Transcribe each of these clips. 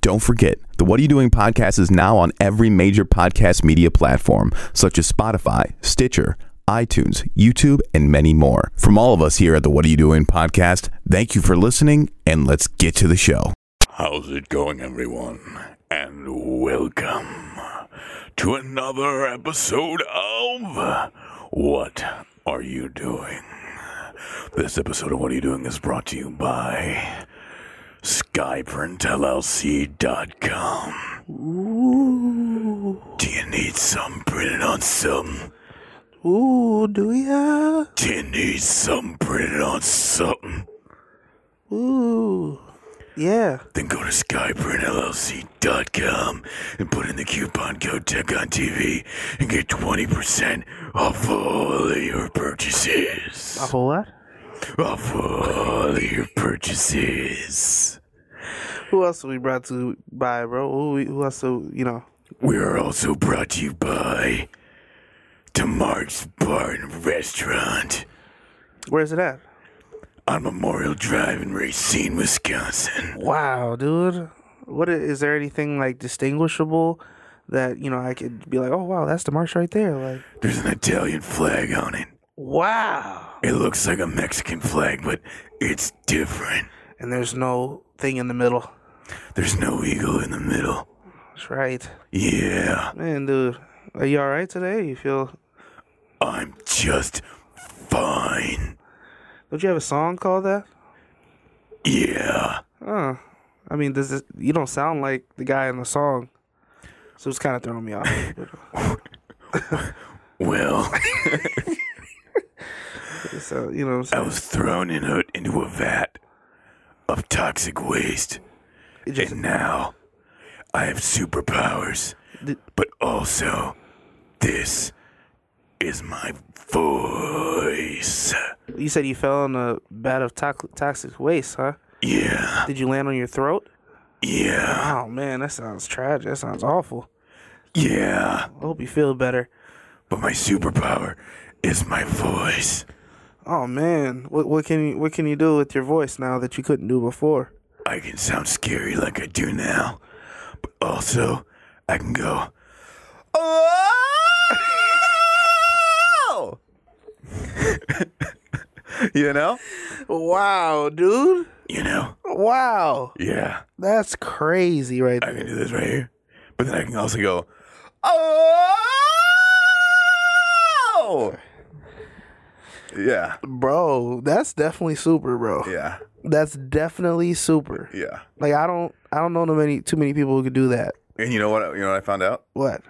Don't forget, the What Are You Doing podcast is now on every major podcast media platform, such as Spotify, Stitcher, iTunes, YouTube, and many more. From all of us here at the What Are You Doing podcast, thank you for listening, and let's get to the show. How's it going, everyone? And welcome to another episode of What Are You Doing? This episode of What Are You Doing is brought to you by SkyPrintLLC.com. Do you need some printed on some? Ooh, do ya? Do you need some printed on something? Ooh, yeah. Then go to skyprintllc.com and put in the coupon code TechOnTV and get 20% off all of your purchases. A whole lot. Off all of your purchases. Who else are we brought to by, bro? Who, we, who else? Are, you know, We are also brought to you by Tamar's Bar and Restaurant where's it at? on Memorial Drive in Racine, Wisconsin. Wow, dude. What i- is there anything like distinguishable that you know I could be like, oh wow, that's the marsh right there. Like, There's an Italian flag on it. wow. It looks like a Mexican flag, but it's different. And there's no thing in the middle. There's no eagle in the middle. That's right, Yeah, man, dude. Are you all right today? You feel? I'm just fine. Don't you have a song called that? Yeah, Huh. I mean, does it, you don't sound like the guy in the song, so it's kind of throwing me off. a little bit. well, So uh, you know, what I I'm saying? was thrown in a, into a vat of toxic waste, It just- and now I have superpowers, Did- but also this is my voice. you said you fell in a bed of tox- toxic waste, huh? Yeah, Did you land on your throat? yeah, Oh man, that sounds tragic. That sounds awful. yeah, I hope you feel better. but my superpower is my voice. Oh man, what what can you what can you do with your voice now that you couldn't do before? I can sound scary like I do now, but also I can go. Oh! you know? Wow, dude. You know? Wow, Yeah, that's crazy, right I there. can do this right here. But then I can also go. Oh! Yeah, Bro, that's definitely super, bro. yeah, That's definitely super. yeah. Like I don't I don't know too many too many people who could do that. And you know what? You know what I found out? What?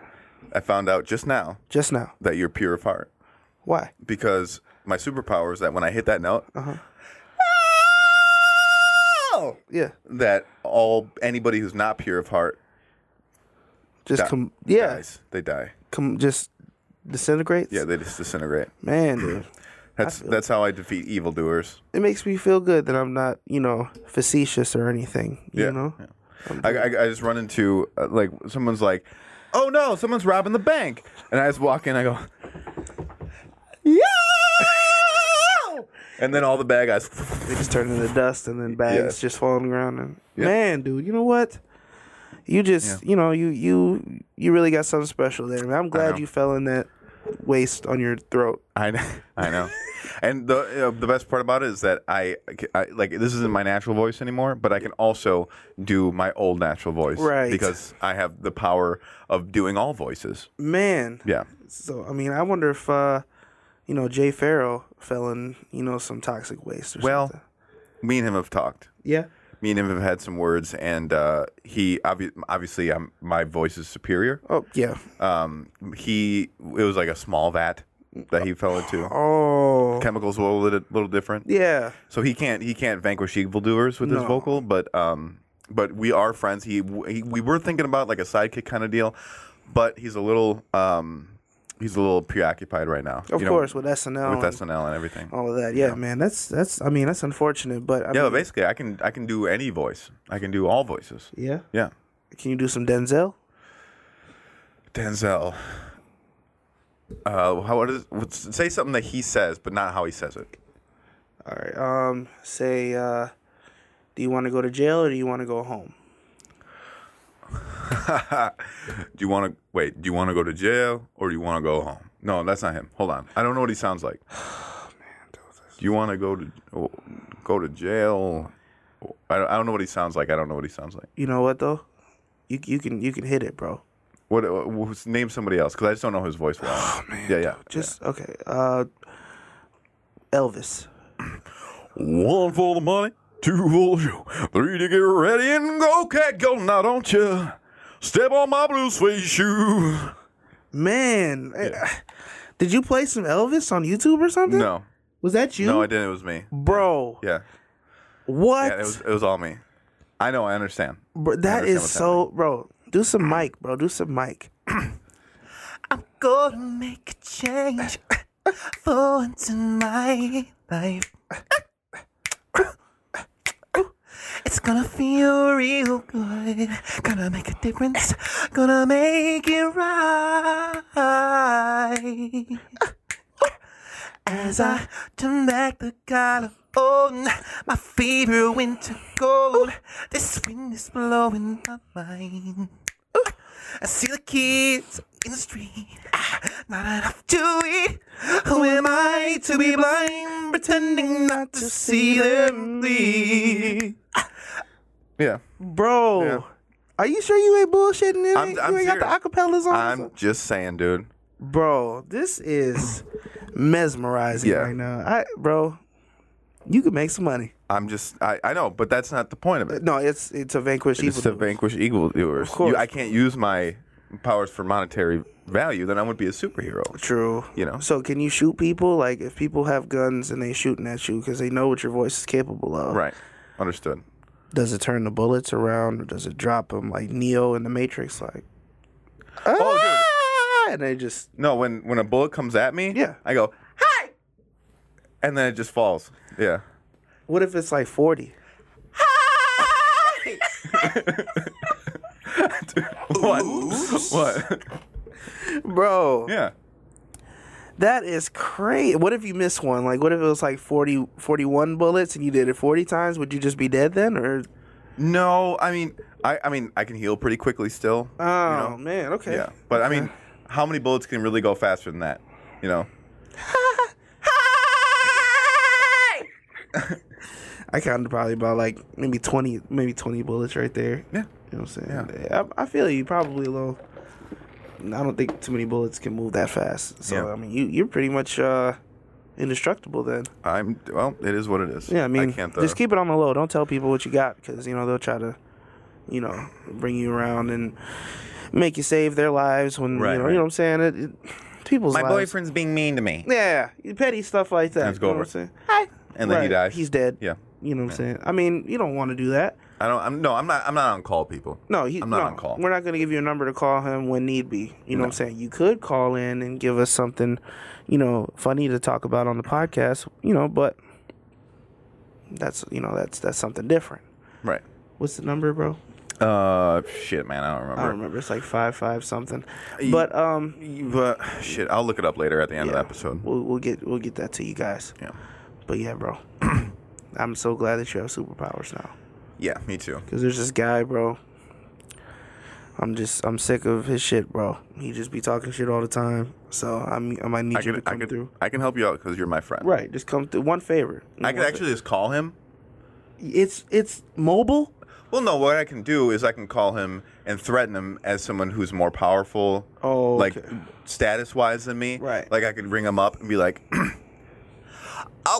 I found out just now Just now. that you're pure of heart Why? because my superpower is that when I hit that note, Yeah. "Oh!" that all anybody who's not pure of heart Just Di- come yeah. dies. They die. Come just disintegrates. Yeah, they just disintegrate. Man, dude. That's that's how I defeat evildoers. it makes me feel good that I'm not, you know, facetious or anything. You Yeah, know? I, I, I just run into uh, like someone's like, oh no, someone's robbing the bank, and I just walk in. I go, yeah, and then all the bad guys. They just turn into dust and then bags Yes. just fall on the ground and Yeah. man, dude, you know what? You just you know, you you you really got something special there. Man, I'm glad know. you fell in that waste on your throat. I know, I know. And the uh, the best part about it is that I, I like this isn't my natural voice anymore, but I can also do my old natural voice, Right. Because I have the power of doing all voices. Man. Yeah, So I mean I wonder if uh you know, Jay Farrow fell in, you know, some toxic waste or Well- something. me and him have talked. Yeah. Me and him have had some words, and uh, he obvi- obviously um my voice is superior. Oh yeah. Um, he it was like a small vat that he fell into. Oh Chemicals were a little, little different, yeah. so he can't he can't vanquish evildoers with his No. vocal. But um, but we are friends. He, he we were thinking about like a sidekick kind of deal, but he's a little um he's a little preoccupied right now. Of you know, course, Um, with SNL with and- SNL and everything. all of that. Yeah, man, that's that's. I mean, that's unfortunate, but I Yeah, but mean, basically, I can I can do any voice. I can do all voices. yeah. Yeah, Can you do some Denzel? Denzel. Uh, how what is what's- say something that he says, but not how he says it. All right. Um, say, uh, do you want to go to jail or do you want to go home? do you want to wait? Do you want to go to jail or do you want to go home? No, that's not him. Hold on, I don't know what he sounds like. Do you want to go to oh, go to jail? I don't, I don't know what he sounds like. I don't know what he sounds like. You know what though? You you can you can hit it, bro. What? uh, wh- name somebody else because I just don't know his voice well. Oh man. Yeah, yeah. Just okay. Uh, Elvis. One for the money, two for the show, three to get ready and go, cat, go now, don't you? Step on my blue suede shoe. Man, I- did you play some Elvis on YouTube or something? No, Was that you? no, I didn't. It was me. Bro, Yeah, what? yeah. It was it was all me. I know. I understand. Bro, that understand is what's so, bro. Do some mic, bro. Do some mic. I'm gonna make a change for once in my life. It's gonna feel real good. Gonna make a difference. Gonna make it right. As I turn back the collar on my favorite winter coat, this wind is blowing my mind. I see the kids in the street, not enough to eat. Who am I to be blind, pretending not to see them bleed? Yeah. Bro, Yeah. are you sure you ain't bullshitting? You I'm- ain't, I'm you ain't got the acapellas on? I'm just saying, dude. Bro, this is mesmerizing Yeah. right now. I, bro, you could make some money. I'm just. I, I know, but that's not the point of it. No, it's it's a vanquish evil. It's to dude. vanquish evil doers. Of course. You- I can't use my powers for monetary value. Then I wouldn't be a superhero. True. You know. So can you shoot people? Like if people have guns and they shooting at you because they know what your voice is capable of. Right. Understood. Does it turn the bullets around or does it drop them like Neo in the Matrix? Like. Oh, dude. "Ah!" And they just No, when when a bullet comes at me, Yeah. I go hi, and then it just falls. Yeah, what if it's like forty? what? What? Bro, Yeah, that is crazy. What if you miss one? Like, what if it was like 40, 41 bullets and you did it 40 times? Would you just be dead then? Or, no, I mean, I I mean, I can heal pretty quickly still. oh, man, okay. yeah, but I mean, how many bullets can really go faster than that? You know? I counted probably about like maybe 20, maybe 20 bullets right there. Yeah. You know what I'm saying? I, I feel you probably a little. I don't think too many bullets can move that fast. So Yeah. I mean, you you're pretty much uh, indestructible then. I'm well. It is what it is. Yeah, I mean, can't, just uh, keep it on the low. Don't tell people what you got because you know they'll try to, you know, bring you around and make you save their lives when Right, you know right. you know what I'm saying. It, it, people's My lives. boyfriend's being mean to me, Yeah, petty stuff like that. Let's go you over know it. what I'm saying? and then he Right, dies. He's dead. yeah. You know what I'm saying? I mean, you don't want to do that. I don't. I'm no. I'm not. I'm not on call, people. No, he, I'm not no, on call. We're not going to give you a number to call him when need be. You know what I'm saying? You could call in and give us something, you know, funny to talk about on the podcast, you know, but that's, you know, that's that's something different. Right. What's the number, bro? Uh, shit, man. I don't remember. I don't remember. It's like 5 5 something. But um But shit, I'll look it up later at the end of Yeah. the episode. we'll, we'll get we'll get that to you guys. Yeah. But yeah, bro. I'm so glad that you have superpowers now. Yeah, me too. Cause there's this guy, bro. I'm just I'm sick of his shit, bro. He just be talking shit all the time. So I'm I might need I you can, to I come can, through. I can help you out because you're my friend. Right, just come through. One favor. I could One actually just call him. fa- It's it's mobile. Well, no, what I can do is I can call him and threaten him as someone who's more powerful, Oh, like okay. status wise than me. Right. Like I could ring him up and be like,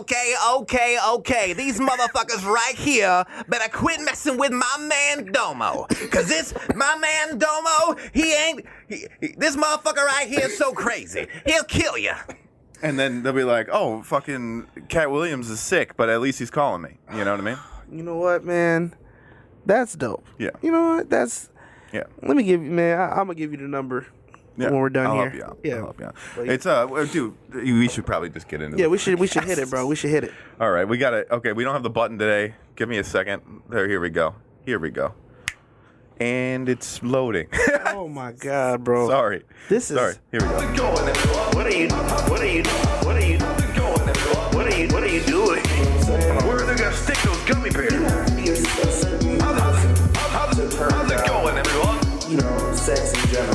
Okay, okay, okay. These motherfuckers right here better quit messing with my man Domo. Cause this, my man Domo, he ain't, he, he- this motherfucker right here is so crazy. He'll kill you. and then they'll be like, oh, fucking Cat Williams is sick, but at least he's calling me. You know what I mean? You know what, man? That's dope. Yeah. You know what? That's Yeah. let me give you, man. I, I'm gonna give you the number Yeah. when we're done I'll here. Help you out. Yeah. I'll help you out. it's uh, well, dude, we should probably just get into Yeah, the we should we should hit it, bro. We should hit it. All right, we got it. Okay, we don't have the button today. Give me a second. There, here we go. Here we go. And it's loading. Oh my god, bro. Sorry. This is Sorry. Here we go. What are you? What are you? What are you going? What are you? What are you doing? Where are they gonna stick those gummy bears? How's it, how's it, how's it going, everyone? you know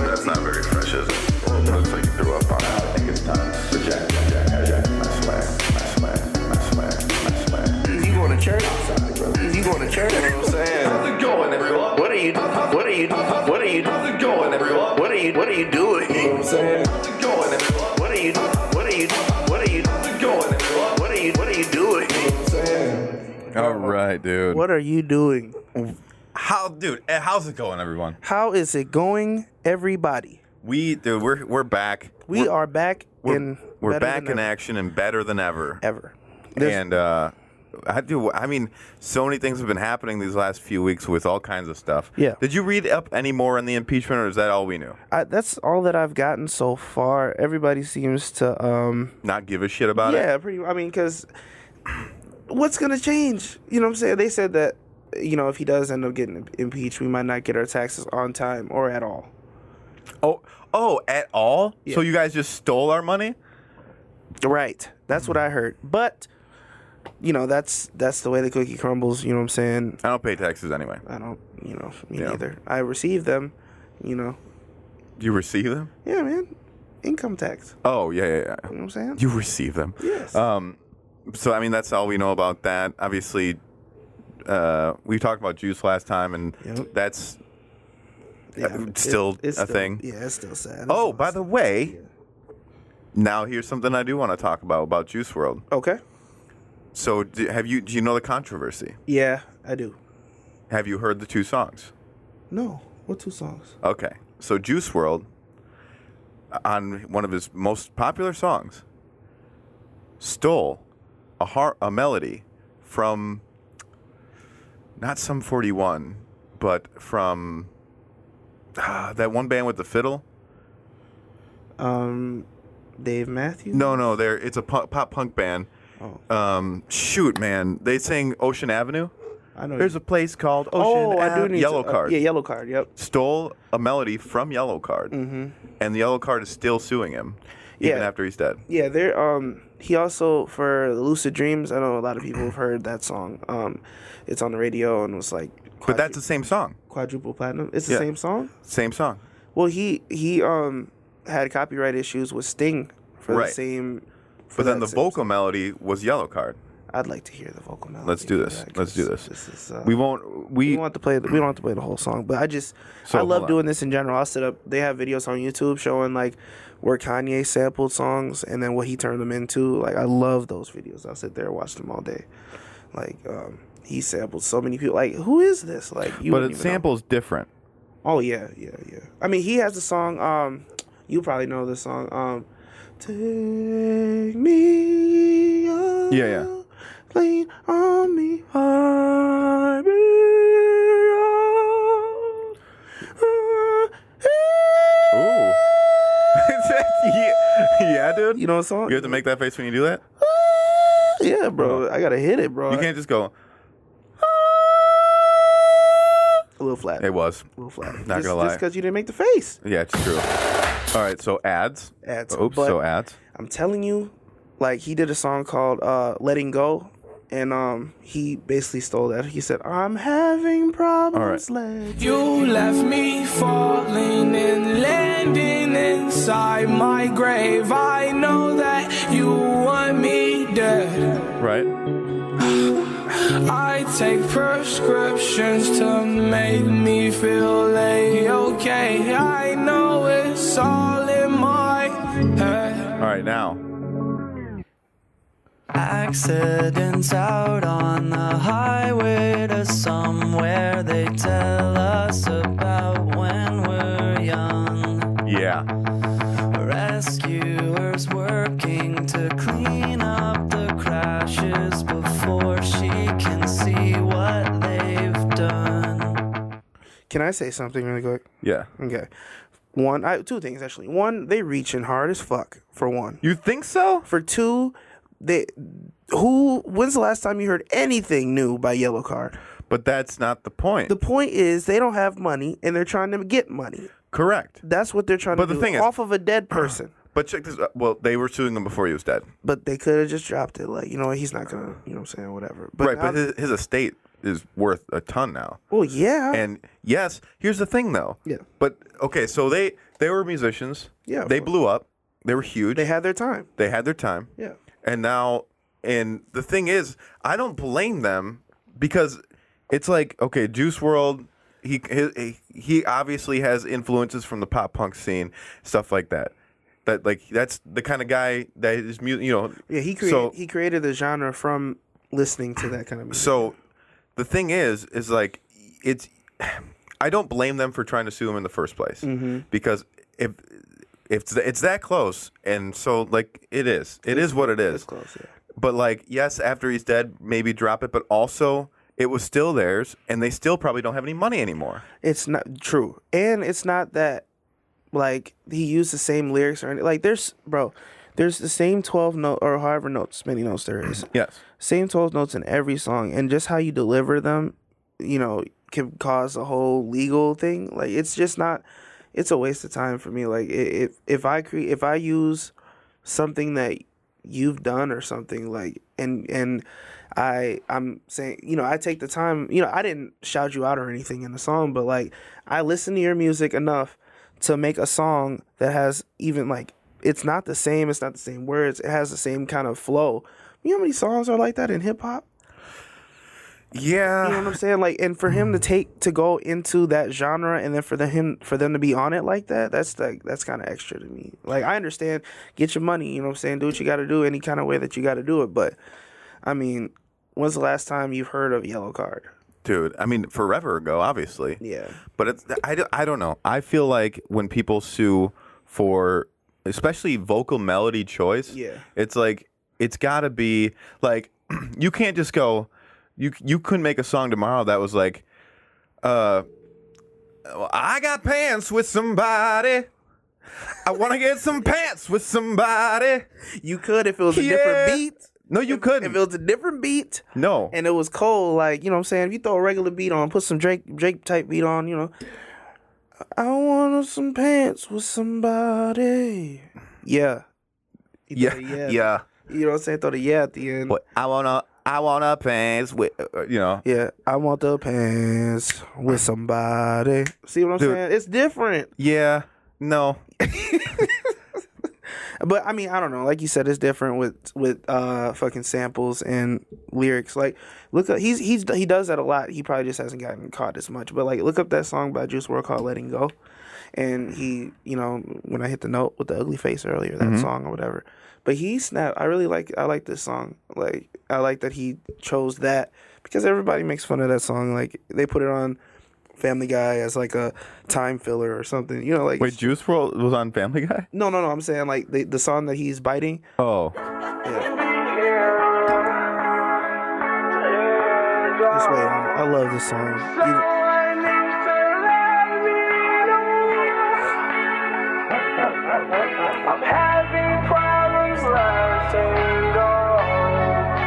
What are you doing? You know what I'm saying? Going in the club. What are you? What are you? What are you? Going in the club. What are you? What are you doing? You know what I'm saying? All right, dude. Oh. What are you doing? Mm. How, dude? eh, How's it going, everyone? How is it going, everybody? We, dude, we're we're back. We We're- are back We're, in. we're better back than in ever. action and better than ever. Ever. There's- And uh, I do. I mean, so many things have been happening these last few weeks with all kinds of stuff. Yeah. Did you read up any more on the impeachment, or is that all we knew? I, that's all that I've gotten so far. Everybody seems to, um, Not give a shit about it. yeah, pretty. I mean, because what's gonna change? You know what I'm saying? They said that, you know, if he does end up getting im- impeached, we might not get our taxes on time or at all. Oh, oh, at all? So you guys just stole our money? Right. That's what I heard. But, you know, that's that's the way the cookie crumbles. You know what I'm saying? I don't pay taxes anyway. I don't. You know, me Yeah. neither. I receive them. You know. Do you receive them? Yeah, man. Income tax. Oh, yeah, yeah, yeah. You know what I'm saying? You receive them. yes. Um, so I mean, that's all we know about that. Obviously, uh, we talked about juice last time, and Yep. that's Yeah, Uh, still a still- thing. Yeah, it's still sad. It's Oh, still by the way, now here's something I do want to talk about about Juice World. Okay. So, do, have you do you know the controversy? Yeah, I do. Have you heard the two songs? No. What two songs? Okay, so Juice World on one of his most popular songs stole a har- a melody from not some 41, but from ah, that one band with the fiddle. Um, Dave Matthews. No, no, they're it's a pu- pop punk band. Oh. Um, shoot, man, they sing Ocean Avenue. I know. There's a place called Ocean oh, I do Ave- need Yellow to- uh, Card. yeah, yellow card. Yep. Stole a melody from Yellow Card, and the Yellow Card is still suing him, even Mm-hmm. Yeah. after he's dead. Yeah, there. Um, he also for Lucid Dreams. I know a lot of people have heard that song. Um, it's on the radio and was like. But quadru- that's the same song, quadruple platinum. It's the Yeah. same song. same song. Well, he he um had copyright issues with Sting for Right. the same. for But then that the same- vocal melody was Yellow Card. I'd like to hear the vocal melody. Let's do for this. that, Let's do 'cause this. is, uh, We won't. we We don't have to play. The, we don't have to play the whole song, but I just So, I hold love on. doing this in general. I'll set up. They have videos on YouTube showing like where Kanye sampled songs and then what he turned them into. Like I love those videos. I'll sit there and watch them all day. Like um, he sampled so many people. Like who is this? Like you. but wouldn't it even know. samples different. Oh yeah, yeah, yeah. I mean he has the song. Um, you probably know this song. Um, take me. Up, Yeah, yeah. Lean on me. high beyond, uh, Ooh. yeah, yeah, dude. You know what song? You have to make that face when you do that. Yeah, bro. I gotta hit it, bro. You can't just go. A little flat. It was. a little flat. Not just, gonna lie. because you didn't make the face. Yeah, it's true. All right, so ads. Ads, Oops. but- so ads. I'm telling you, like he did a song called uh Letting Go and um he basically stole that. He said, I'm having problems let you You left me falling and landing inside my grave. I know that you want me dead. Right. I take prescriptions to make me feel a-okay. I know it's all in my head. All right, now. Accidents out on the highway to somewhere they tell us about when we're young. Yeah. Rescuers working to clean up the crashes before she can see what they've done. Can I say something really quick? Yeah. Okay. One I two things actually. One, they reaching hard as fuck, for one. You think so? For two, they who when's the last time you heard anything new by Yellow Card? But that's not the point. The point is they don't have money and they're trying to get money. Correct. That's what they're trying But to the do thing is- off of a dead person. But check this. Out. Well, they were suing him before he was dead. but they could have just dropped it. Like, you know, what, he's not gonna, you know, what I'm saying whatever. But right. now- But his, his estate is worth a ton now. well, yeah, And yes, here's the thing though. Yeah. But okay, so they they were musicians. Yeah, of They course. blew up. They were huge. they had their time. they had their time. Yeah. And now, and the thing is, I don't blame them because it's like, okay, Juice World he he he obviously has influences from the pop punk scene, stuff like that. That like that's the kind of guy that is music. You know, Yeah, he created So- he created the genre from listening to that kind of music. So the thing is, is like it's. I don't blame them for trying to sue him in the first place Mm-hmm. because if if it's, it's that close, and so like it is, it is what it is. close, yeah. But like, yes, after he's dead, maybe drop it. But also, it was still theirs, and they still probably don't have any money anymore. It's not true, and it's not that like he used the same lyrics or any, like there's bro, there's the same twelve note or however notes many notes there is. Yes. same 12 notes in every song and just how you deliver them you know can cause a whole legal thing like it's just not it's a waste of time for me like i- if if i create if i use something that you've done or something like and and i i'm saying you know i take the time you know i didn't shout you out or anything in the song but like i listen to your music enough to make a song that has even like it's not the same it's not the same words it has the same kind of flow you know how many songs are like that in hip-hop Yeah. you know what I'm saying? Like, and for him to take to go into that genre, and then for the him for them to be on it like that, that's like that's kind of extra to me. Like, I understand, get your money. You know what I'm saying? Do what you got to do, any kind of way that you got to do it. But, I mean, when's the last time you've heard of Yellow Card? dude. I mean, forever ago, obviously. Yeah. But it's, I, don't- I don't know. I feel like when people sue for, especially vocal melody choice, Yeah. it's like it's got to be like you can't just go. You you couldn't make a song tomorrow that was like, uh, I got pants with somebody. I want to get some pants with somebody. You could if it was a Yeah. different beat. No, you If- couldn't. If it was a different beat no. and it was cold, like you know what I'm saying. If you throw a regular beat on, put some Drake Drake type beat on, you know. I want some pants with somebody. Yeah. You yeah, throw the yeah. at You know what I'm saying? Throw the yeah at the end. But I wanna, I wanna pants with, uh, you know. Yeah, I want the pants with somebody. See what I'm Dude. saying? It's different. Yeah. No. But I mean, I don't know. Like you said, it's different with with uh fucking samples and lyrics. Like look up he's he's he does that a lot. He probably just hasn't gotten caught as much. But like look up that song by Juice World called Letting Go. And he, you know, when I hit the note with the ugly face earlier, that song or whatever. But he snapped. I really like I like this song. Like I like that he chose that because everybody makes fun of that song. Like they put it on Family Guy as like a time filler or something. You know, like Wait, Juice World was on Family Guy? no, no, no. I'm saying like the, the song that he's biting. Oh. This way, I love this song. Even- I'm having problems letting go.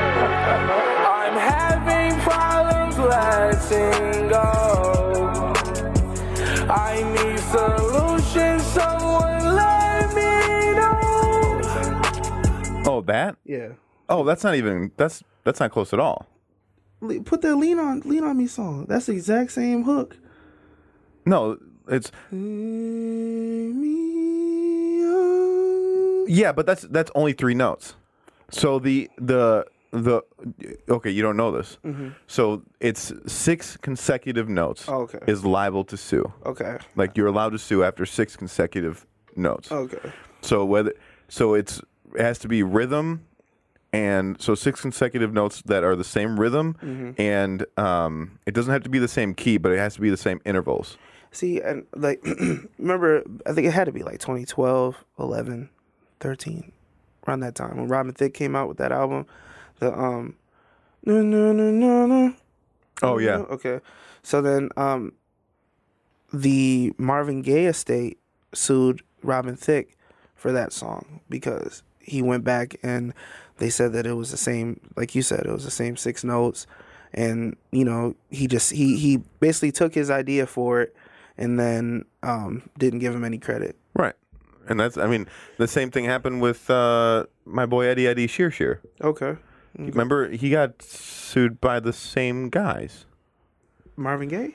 I'm having problems letting go. I need solutions, someone let me know. Oh, that? yeah. Oh, that's not even that's that's not close at all. Le- Put that lean on lean on me song. That's the exact same hook. No, it's Lean me on. yeah, but that's that's only three notes. So the the the okay, you don't know this. So it's six consecutive notes Okay. is liable to sue. Okay. Like you're allowed to sue after six consecutive notes. Okay. So whether so it's it has to be rhythm and so six consecutive notes that are the same rhythm Mm-hmm. and um, it doesn't have to be the same key, but it has to be the same intervals. See, and like, remember, I think it had to be like 2012, 11, 13, around that time when Robin Thicke came out with that album. The, um, no, no, no, no, no. Oh yeah. Okay. So then, um, the Marvin Gaye estate sued Robin Thicke for that song because he went back and they said that it was the same, like you said, it was the same six notes, and you know he just he he basically took his idea for it and then um didn't give him any credit. Right. And that's, I mean, the same thing happened with uh, my boy Eddie Eddie Shear Shear. Okay. Remember, he got sued by the same guys. Marvin Gaye.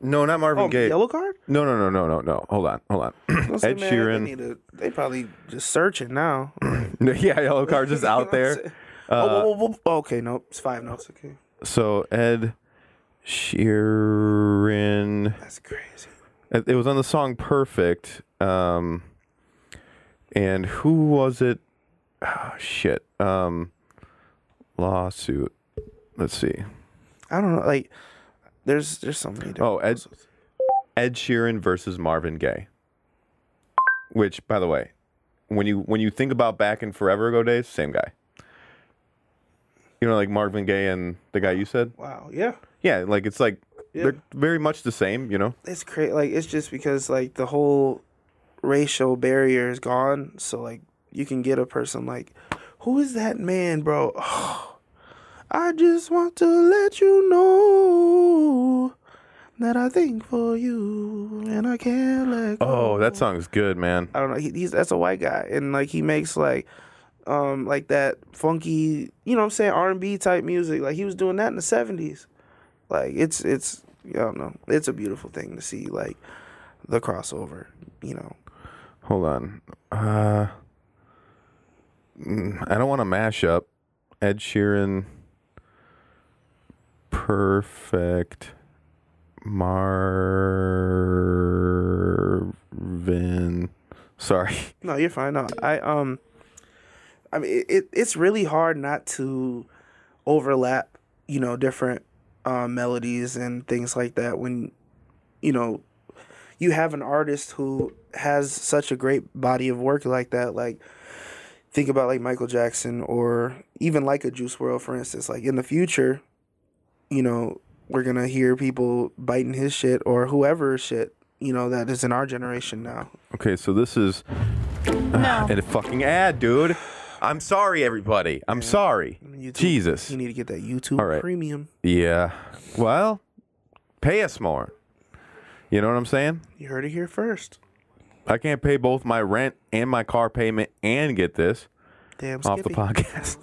No, not Marvin Oh, Gaye. yellow card? No, no, no, no, no, no. Hold on, hold on. Honestly, Ed man, They, Sheeran. need to- they probably just searching now. yeah, yellow card's just out there. oh, whoa, whoa, whoa. okay, no, it's five notes. Okay, So Ed Sheeran. that's crazy. It it was on the song "Perfect." Um, and who was it? Oh, shit. Um, lawsuit. Let's see. I don't know. Like, there's there's so many. Oh, Ed, different- Ed Sheeran versus Marvin Gaye. Which, by the way, when you when you think about back in forever ago days, same guy. You know, like Marvin Gaye and the guy you said. wow, yeah. Yeah, like it's like Yeah. they're very much the same. You know. it's crazy. Like it's just because like the whole racial barrier is gone, so like you can get a person like, who is that man, bro? I just want to let you know that I think for you and I can't let. Go. Oh, that song is good, man. I don't know. He, he's that's a white guy, and like he makes like, um, like that funky, you know, what I'm saying R and B type music. Like he was doing that in the '70s. Like it's it's I don't know. It's a beautiful thing to see like the crossover. You know, Hold on. Uh, mm, I don't want to mash up Ed Sheeran. Perfect. Marvin. Sorry. no, you're fine. No, I um, I mean it, it it's really hard not to overlap. You know, different uh, melodies and things like that when you know you have an artist who has such a great body of work like that like think about like michael jackson or even like a juice world for instance like in the future you know we're gonna hear people biting his shit or whoever's shit you know that is in our generation now Okay, so this is no. and a fucking ad, dude. I'm sorry, everybody. I'm sorry. YouTube- Jesus. you need to get that youtube All right. premium yeah. Well, pay us more. You know what I'm saying? you heard it here first I can't pay both my rent and my car payment and get this damn off the Skippy. podcast.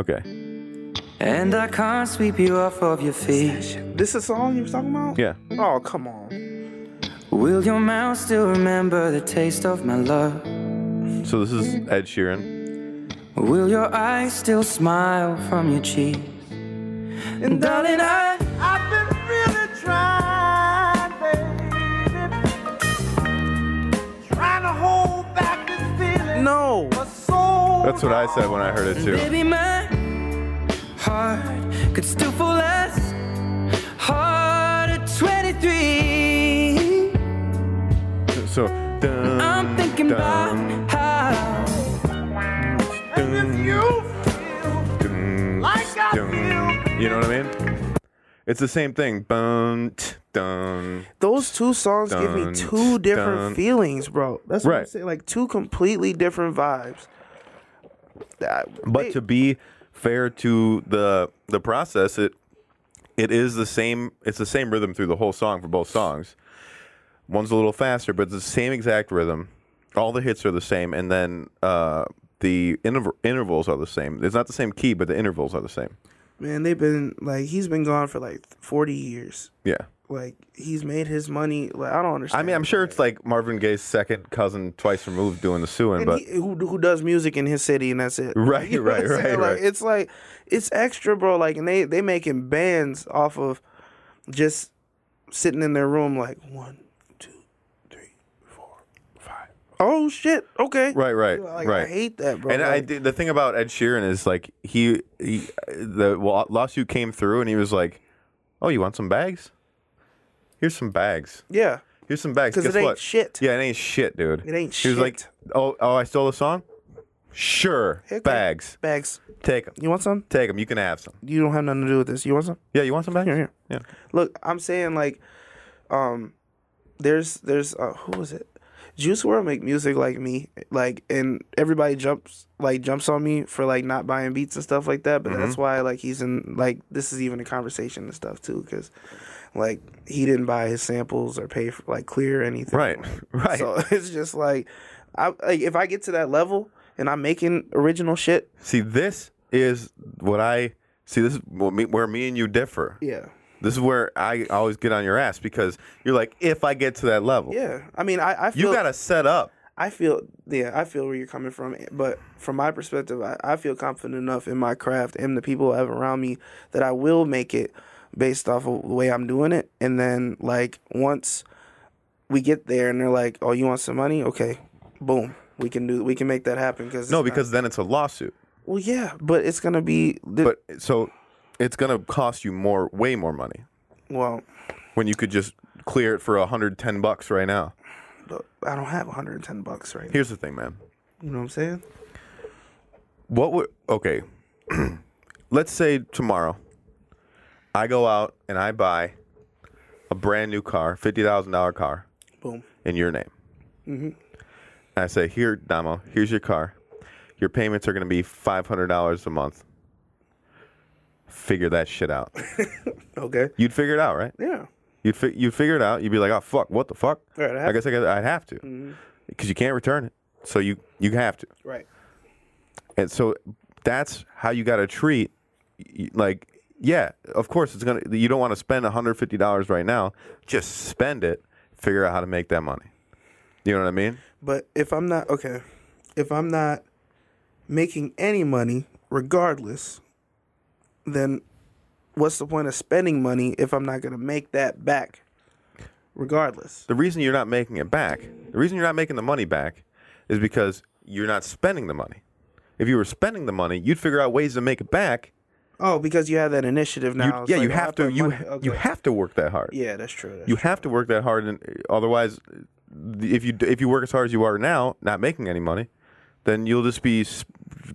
okay. And I can't sweep you off of your feet. this a song you was talking about Yeah. oh come on Will your mouth still remember the taste of my love? So this is Ed Sheeran. Will your eyes still smile from your cheek? And darling, I I've been really trying, baby. Trying to hold back this feeling. no for so That's what I said when I heard it too. Baby, my heart could still fall as hard at 23. So dun, I'm thinking dun, about how dun, You feel dun, like I dun. feel. You know what I mean? It's the same thing. Bun, t- dun. those two songs give me Dun, two different dun. feelings, bro. That's what I'm Right. saying. Like two completely different vibes. That- But to be fair to the the process, it it is the same. It's the same rhythm through the whole song for both songs. One's a little faster, but it's the same exact rhythm. All the hits are the same, and then uh, the interv- intervals are the same. It's not the same key, but the intervals are the same. man, they've been like he's been gone for like forty years. Yeah, Like he's made his money. Like I don't understand. I mean, I'm sure it's like Marvin Gaye's second cousin, twice removed, doing the suing, And but he- who who does music in his city and that's it. Right, know what right, I'm saying? right, Like, right. It's like it's extra, bro. Like and they they making bands off of just sitting in their room like one, two, three, four, five. Oh shit. Okay. right, right, Like, right. I hate that, bro. And I Like, did, the thing about Ed Sheeran is like he, he the wa- lawsuit came through and he was like, "Oh, you want some bags? Here's some bags. yeah, Here's some bags. 'Cause it Guess ain't what? shit. Yeah, it ain't shit, dude. It ain't He was like, shit. "Oh, oh, I stole a song. Sure, Here, go- bags. bags. Take them. You want some? Take them. You can have some. You don't have nothing to do with this. You want some? Yeah, you want some bags? Here, here. Yeah. Look, I'm saying like, um, there's there's uh, who was it? Juice World make music like me, like and everybody jumps like jumps on me for like not buying beats and stuff like that. But Mm-hmm. that's why like he's in like this is even a conversation and stuff too, because like he didn't buy his samples or pay for like clear or anything. Right, right. So it's just like, I like if I get to that level and I'm making original shit, See, this is what I see. This is what me- where me and you differ. yeah. This is where I always get on your ass because you're like, if I get to that level, Yeah, I mean, I, I you feel got to set up. I feel yeah, I feel where you're coming from, eh, but from my perspective, I, I feel confident enough in my craft and the people I have around me that I will make it based off of the way I'm doing it. And then like once we get there and they're like, "Oh, you want some money? Okay, boom, we can do we can make that happen." Because No, because then it's a lawsuit. well, yeah, but it's gonna be But so it's going to cost you more, way more money well, when you could just clear it for 110 bucks right now. I don't have 110 bucks right now. Here's the thing, man. You know what I'm saying? What would okay? Let's say tomorrow, I go out and I buy a brand new car, fifty thousand dollar car Boom. in your name. Mm-hmm. And I say, here, Damo, here's your car. Your payments are going to be five hundred dollars a month. Figure that shit out. Okay. You'd figure it out, right? Yeah. You'd fi- you'd figure it out. You'd be like, oh fuck, what the fuck? Right, I'd have I guess I guess I'd have to, because Mm-hmm. you can't return it. So you you have to. Right. And so that's how you got to treat y- like yeah, of course it's going to you don't want to spend $150 right now. Just spend it, figure out how to make that money. You know what I mean? But if I'm not okay, if I'm not making any money regardless, then what's the point of spending money if I'm not going to make that back regardless? The reason you're not making it back, the reason you're not making the money back is because you're not spending the money. If you were spending the money, you'd figure out ways to make it back. Oh, because you have that initiative You, now. It's yeah, like, you oh, I have to put you money- you okay. have to work that hard. Yeah, that's true. that's You true. have to work that hard, and uh, otherwise, if you if you work as hard as you are now, not making any money, then you'll just be s-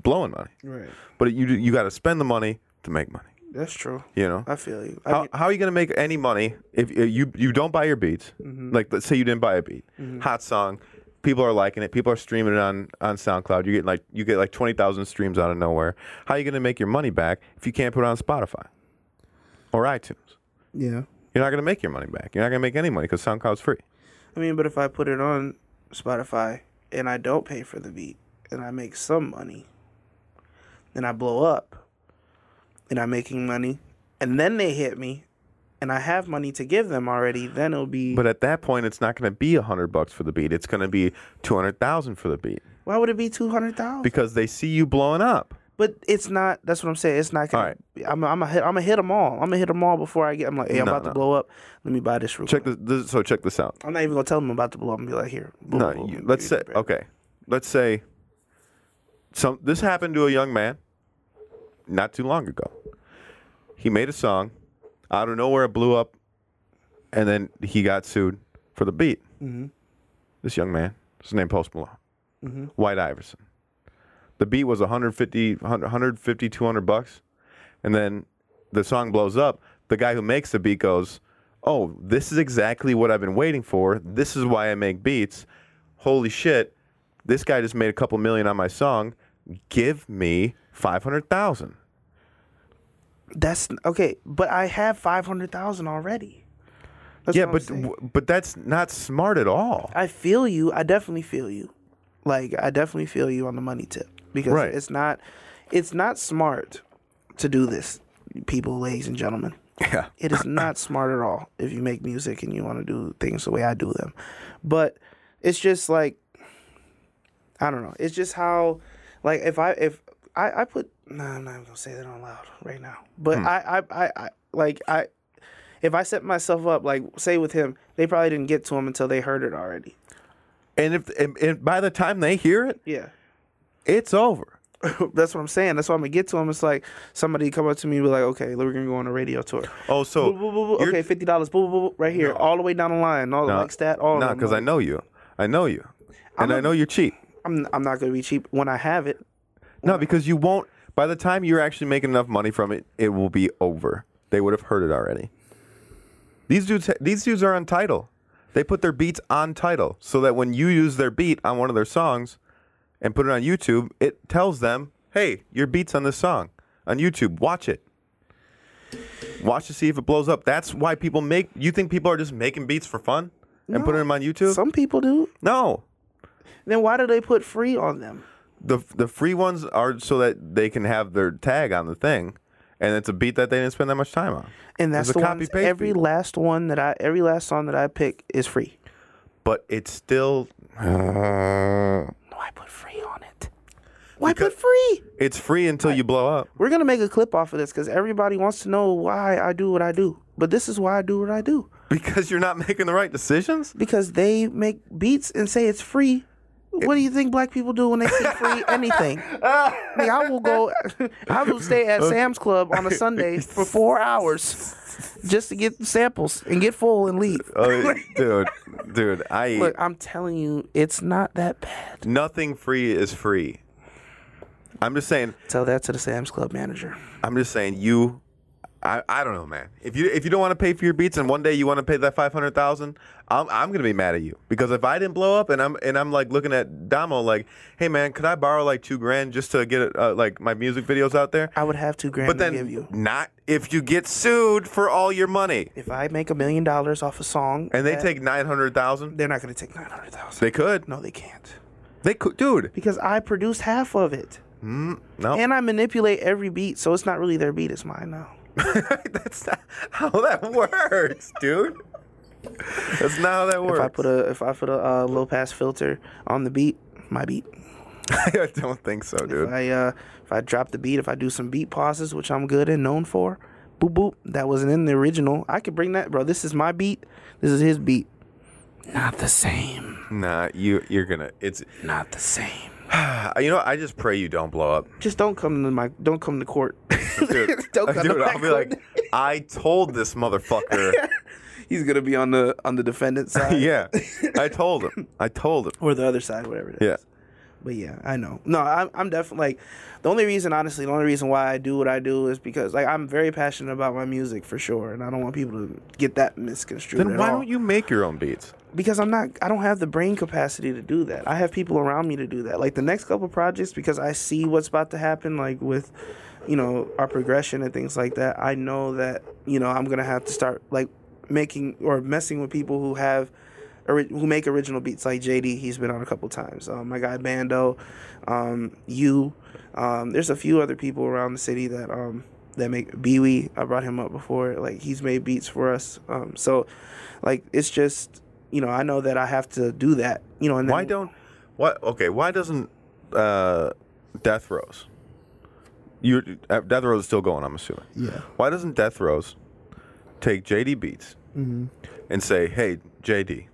blowing money. Right. But you you got to spend the money to make money. That's true. You know. I feel you. I how, mean, how are you gonna make any money if uh, you you don't buy your beats? Mm-hmm. Like let's say you didn't buy a beat, hot song, people are liking it, people are streaming it on on SoundCloud. You get like you get like twenty thousand streams out of nowhere. How are you gonna make your money back if you can't put it on Spotify or iTunes? yeah. You're not gonna make your money back. You're not gonna make any money because SoundCloud's free. I mean, but if I put it on Spotify and I don't pay for the beat and I make some money, then I blow up and I'm making money, and then they hit me and I have money to give them already, then it'll be. But at that point, it's not going to be a hundred bucks for the beat. It's going to be two hundred thousand for the beat why would it be 200,000? because they see you blowing up. But it's not. That's what I'm saying. It's not gonna. Alright. I'm. I'm. A hit, I'm gonna hit them all. I'm gonna hit them all before I get. I'm like, hey, I'm No, about no. to blow up. Let me buy this real Check quick. this, this. So check this out. I'm not even gonna tell them I'm about to blow up and be like, here. boom, No, boom, you- boom, let's give say me the bread. okay. Let's say some. This happened to a young man not too long ago. He made a song. Out of nowhere, it blew up, and then he got sued for the beat. This young man, his name Post Malone, White Iverson. The beat was 150, 100, 150, 200 bucks, and then the song blows up. The guy who makes the beat goes, "Oh, this is exactly what I've been waiting for. This is why I make beats. Holy shit, this guy just made a couple million on my song. Give me five hundred thousand. That's okay, but I have five hundred thousand already. That's Yeah, what I'm but saying. w- but that's not smart at all. I feel you. I definitely feel you. Like I definitely feel you on the money tip because Right. it's not, it's not smart to do this, people, ladies and gentlemen. Yeah, it is not smart at all if you make music and you want to do things the way I do them, but it's just like, I don't know. It's just how, like if I if I I put no, I'm not even gonna say that out loud right now. But I, I I I like I. If I set myself up, like say with him, they probably didn't get to him until they heard it already. And if and, and by the time they hear it, Yeah. it's over. That's what I'm saying. That's why I'm gonna get to him. It's like somebody come up to me and be like, okay, we're gonna go on a radio tour. Oh, so Boo, boo, boo, boo. you're- Okay, fifty dollars, boo, boo, boo, right here, all the way down the line, all the like stat, all. no, of them. because I know you. I know you, and I'm I a- know you're cheap. I'm I'm not gonna be cheap when I have it. No, because you won't. By the time you're actually making enough money from it, it will be over. They would have heard it already. These dudes, these dudes are on title. They put their beats on title so that when you use their beat on one of their songs and put it on YouTube, it tells them, "Hey, your beat's on this song on YouTube. Watch it. Watch to see if it blows up." That's why people make. You think people are just making beats for fun and putting them on YouTube? Some people do. no, Then why do they put free on them? the the free ones are so that they can have their tag on the thing, and it's a beat that they didn't spend that much time on. and that's It's the a one. copy-paste Every beat. last one that I, every last song that I pick is free. But it's still No, I put free on it. Why put free? it's free until you blow up. We're gonna make a clip off of this because everybody wants to know why I do what I do. But this is why I do what I do Because you're not making the right decisions? because they make beats and say it's free. What do you think black people do when they see free anything? Like, I will go, I will stay at Sam's Club on a Sunday for four hours just to get samples and get full and leave. Oh, dude, dude, I eat. Look, I'm telling you, it's not that bad. nothing free is free. I'm just saying. Tell that to the Sam's Club manager. I'm just saying you. I, I don't know, man. If you if you don't want to pay for your beats and one day you want to pay that five hundred thousand, I'm I'm gonna be mad at you because if I didn't blow up and I'm and I'm like looking at Damo like, hey man, could I borrow like two grand just to get uh, like my music videos out there? I would have two grand But to then give you. not if you get sued for all your money If I make a million dollars off a song, and they that- take nine hundred thousand, they're not going to take nine hundred thousand. they could. No, they can't They could, dude. because I produced half of it. Mm, No, And I manipulate every beat, so it's not really their beat, it's mine now. that's not how that works, dude. That's not how that works. If I put a if I put a uh, low pass filter on the beat, my beat. I don't think so, dude. If I uh, if I drop the beat, if I do some beat pauses, which I'm good and known for, boop boop, that wasn't in the original. I could bring that, bro. This is my beat. This is his beat. Not the same. Nah, you you're gonna. It's Not the same. you know. I just pray you don't blow up. Just don't come to my don't come to court. Dude, Don't cut Dude, the I'll be back like, I told this motherfucker. He's gonna be on the on the defendant's side yeah, I told him. I told him. or the other side, whatever it is. Yeah. But yeah, I know. No, I'm, I'm definitely like the only reason, honestly, the only reason why I do what I do is because like I'm very passionate about my music for sure, and I don't want people to get that misconstrued. Then at why all. don't you make your own beats? Because I'm not. I don't have the brain capacity to do that. I have people around me to do that. Like the next couple projects, because I see what's about to happen, like with, you know, our progression and things like that. I know that you know I'm gonna have to start like making or messing with people who have ori- who make original beats like JD. He's been on a couple times. Um, my guy Bando, um, you. Um, there's a few other people around the city that um, that make Biwi. I brought him up before. Like he's made beats for us. Um, so like it's just you know I know that I have to do that. You know and then, Why don't? What? Okay. Why doesn't uh, Death Rose? You uh, Death Rose is still going. I'm assuming. Yeah. Why doesn't Death Rose take JD Beats Mm-hmm. and say, "Hey, JD,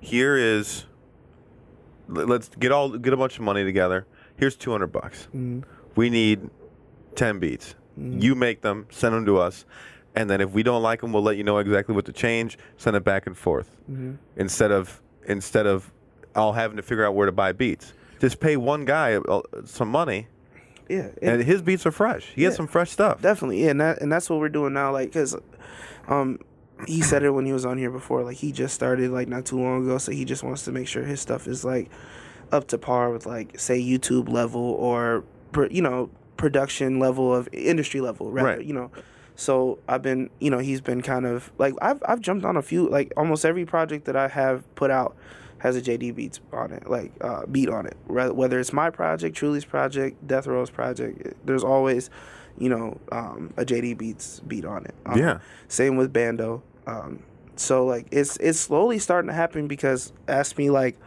here is le- let's get all get a bunch of money together. Here's 200 bucks. Mm-hmm. We need 10 beats. You make them, send them to us, and then if we don't like them, we'll let you know exactly what to change. Send it back and forth Mm-hmm. instead of instead of all having to figure out where to buy beats. Just pay one guy uh, some money, Yeah. it- and his beats are fresh. He has some fresh stuff. definitely yeah and, that, and that's what we're doing now like because um he said it when he was on here before like he just started like not too long ago so he just wants to make sure his stuff is like up to par with like say youtube level or pro- you know production level of industry level rather, Right. you know so i've been you know he's been kind of like i've i've jumped on a few like almost every project that i have put out has a jd beats on it like uh beat on it Rather- whether it's my project truly's project death row's project there's always you know, um, a JD Beats beat on it. Um, Yeah. Same with Bando. Um, so like it's it's slowly starting to happen because ask me like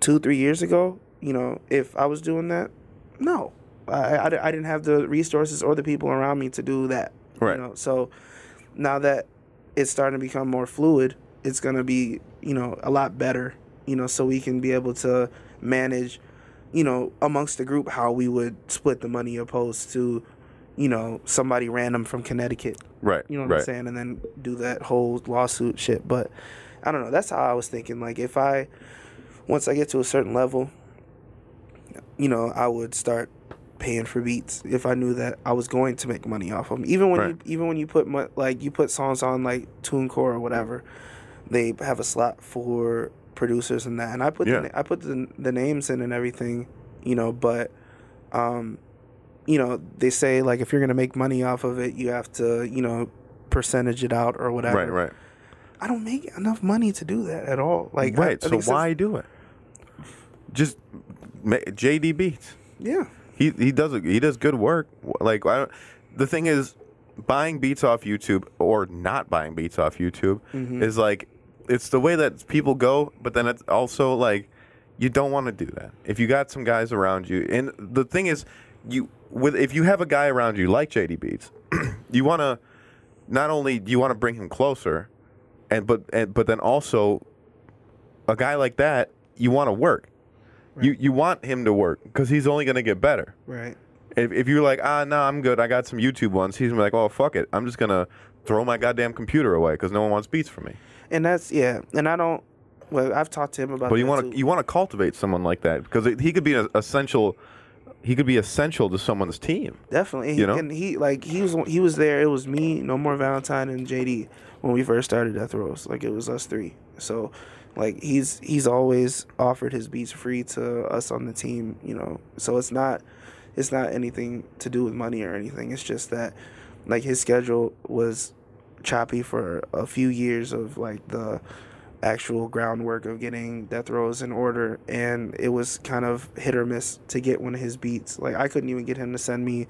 two three years ago, you know, if I was doing that, no, I I, I didn't have the resources or the people around me to do that. Right. You know? So now that it's starting to become more fluid, it's gonna be you know a lot better. You know, so we can be able to manage, you know, amongst the group how we would split the money opposed to, you know, somebody random from Connecticut. right. You know what right. I'm saying? And then do that whole lawsuit shit. But I don't know. That's how I was thinking. Like if I, once I get to a certain level, you know, I would start paying for beats if I knew that I was going to make money off them. Even when you Right. even when you put mo- like you put songs on like TuneCore or whatever, they have a slot for producers and that. And I put Yeah. the, na- I put the, the names in and everything, you know, but um you know, they say like if you're going to make money off of it, you have to, you know, percentage it out or whatever. Right. Right. I don't make enough money to do that at all. Like I- right. I so think since- why do it? Just ma- JD Beats. Yeah. He he does a, he does good work. Like I don't, the thing is, buying beats off YouTube or not buying beats off YouTube is like it's the way that people go, but then it's also like you don't want to do that. If you got some guys around you, and the thing is, you with if you have a guy around you like JD Beats, you want to not only do you want to bring him closer, and but and, but then also a guy like that you want to work. You you want him to work because he's only going to get better. Right. If, if you're like, ah, no, I'm good. I got some YouTube ones. He's gonna be like, oh, fuck it. I'm just gonna throw my goddamn computer away because no one wants beats from me. And that's yeah. And I don't. Well, I've talked to him about. But you that want to too. you want to cultivate someone like that because it, he could be an essential. He could be essential to someone's team. Definitely, You know? and he like he was he was there. It was me, no more Valentine, and JD when we first started Death Rows. Like it was us three. So, like he's he's always offered his beats free to us on the team. You know, so it's not it's not anything to do with money or anything. It's just that like his schedule was choppy for a few years of like the actual groundwork of getting death rows in order and it was kind of hit or miss to get one of his beats like i couldn't even get him to send me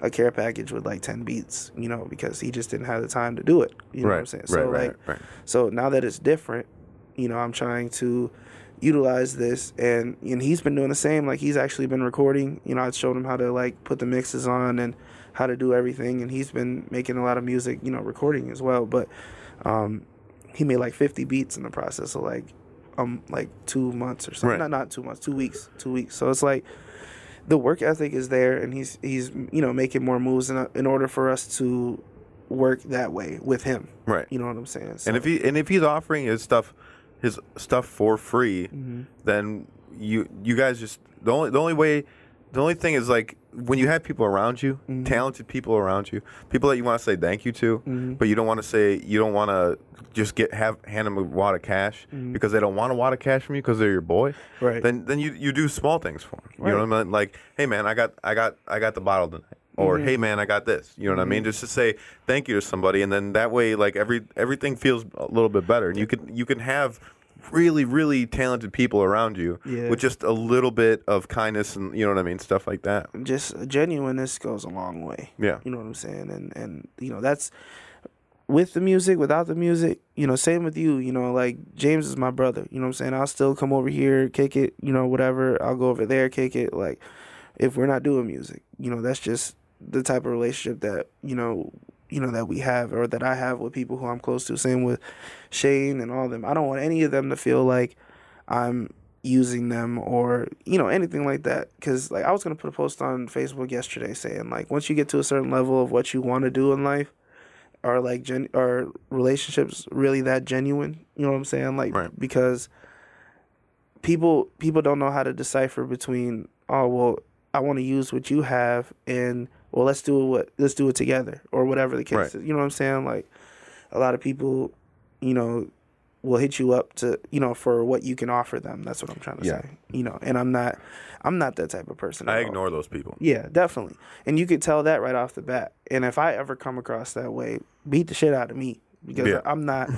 a care package with like 10 beats you know because he just didn't have the time to do it you know what i'm saying right, so right, like right. so now that it's different you know i'm trying to utilize this and and he's been doing the same like he's actually been recording you know i showed him how to like put the mixes on and how to do everything and he's been making a lot of music you know recording as well but um he made like 50 beats in the process of like um like two months or something Right. not not two months two weeks two weeks so it's like the work ethic is there and he's he's you know making more moves in, in order for us to work that way with him Right. you know what i'm saying so, And if he and if he's offering his stuff, his stuff for free, then you you guys just the only the only way, the only thing is like when you have people around you, talented people around you, people that you want to say thank you to, but you don't want to say you don't want to just get have hand them a wad of cash because they don't want a wad of cash from you because they're your boy. Right. Then then you you do small things for them. You know what I mean? Like hey man, I got I got I got the bottle tonight or Mm-hmm. hey man i got this you know what i mean just to say thank you to somebody and then that way like every everything feels a little bit better and you can you can have really really talented people around you Yeah. with just a little bit of kindness and you know what i mean stuff like that Mm-hmm. just genuineness goes a long way Yeah. you know what i'm saying and and you know that's with the music, without the music, you know, same with you, you know, like James is my brother, you know what I'm saying? I'll still come over here, kick it, you know, whatever. I'll go over there, kick it. Like, if we're not doing music, you know, that's just the type of relationship that, you know, you know, that we have or that I have with people who I'm close to. Same with Shane and all them. I don't want any of them to feel like I'm using them or, you know, anything like that. Cause, like, I was gonna put a post on Facebook yesterday saying, like, once you get to a certain level of what you wanna do in life, are like gen are relationships really that genuine you know what i'm saying like Right. because people people don't know how to decipher between oh well i want to use what you have and well let's do it what let's do it together or whatever the case Right. is you know what i'm saying like a lot of people you know will hit you up to you know for what you can offer them that's what i'm trying to Yeah. say you know and i'm not i'm not that type of person i at all. ignore those people Yeah, definitely. And you could tell that right off the bat. And if I ever come across that way, beat the shit out of me because Yeah. I'm not,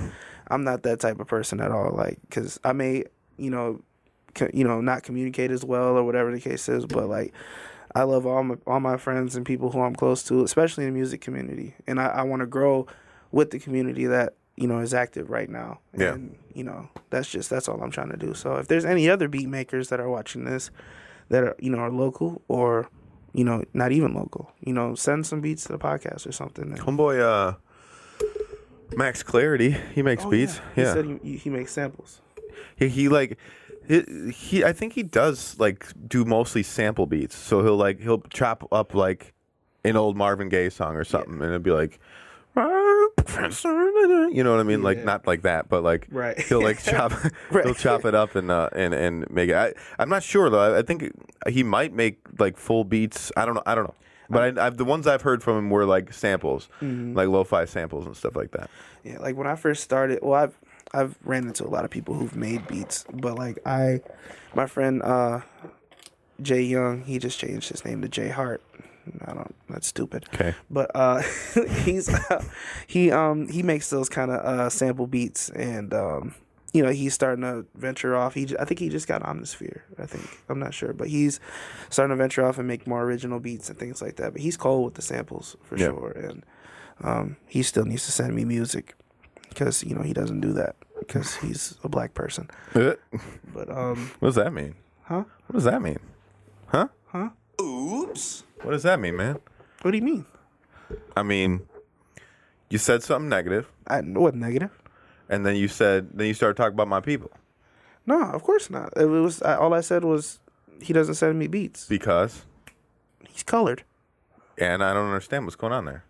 I'm not that type of person at all. Like, cause I may, you know, co- you know, not communicate as well or whatever the case is. But like, I love all my all my friends and people who I'm close to, especially in the music community. And I, I want to grow with the community that you know is active right now. Yeah. And, you know, that's just that's all I'm trying to do. So if there's any other beat makers that are watching this, that are you know are local or you know not even local, you know, send some beats to the podcast or something. And- homeboy uh max clarity he makes beats Oh, He yeah, said he- he, he makes samples. he, he like he, he i think he does like do mostly sample beats so he'll like he'll chop up like an old marvin gaye song or something and it'll be like you know what i mean like not like that but like Right. he'll like chop he'll chop it up and uh and and make it I, i'm not sure though I, I think he might make like full beats i don't know i don't know but I, I've, the ones I've heard from him were like samples, Mm-hmm. like lo-fi samples and stuff like that. Yeah, like when I first started, well, I've I've ran into a lot of people who've made beats, but like I, my friend uh, Jay Young, he just changed his name to Jay Hart. I don't. That's stupid. Okay. But uh, he's he um he makes those kind of uh sample beats, uh, and um you you know he's starting to venture off. He j- I think he just got Omnisphere. I think I'm not sure, but he's starting to venture off and make more original beats and things like that. But he's cold with the samples for Yeah. sure, and um, he still needs to send me music because you know he doesn't do that because he's a black person. Uh, But um, What does that mean? Eh? Huh? What does that mean? Huh? Huh? Oops. What does that mean, man? what do you mean? I mean, you said something negative, I what negative? and then you said, then you started talking about my people No, of course not. It was I, all I said was he doesn't send me beats. because, He's colored. and I don't understand what's going on there.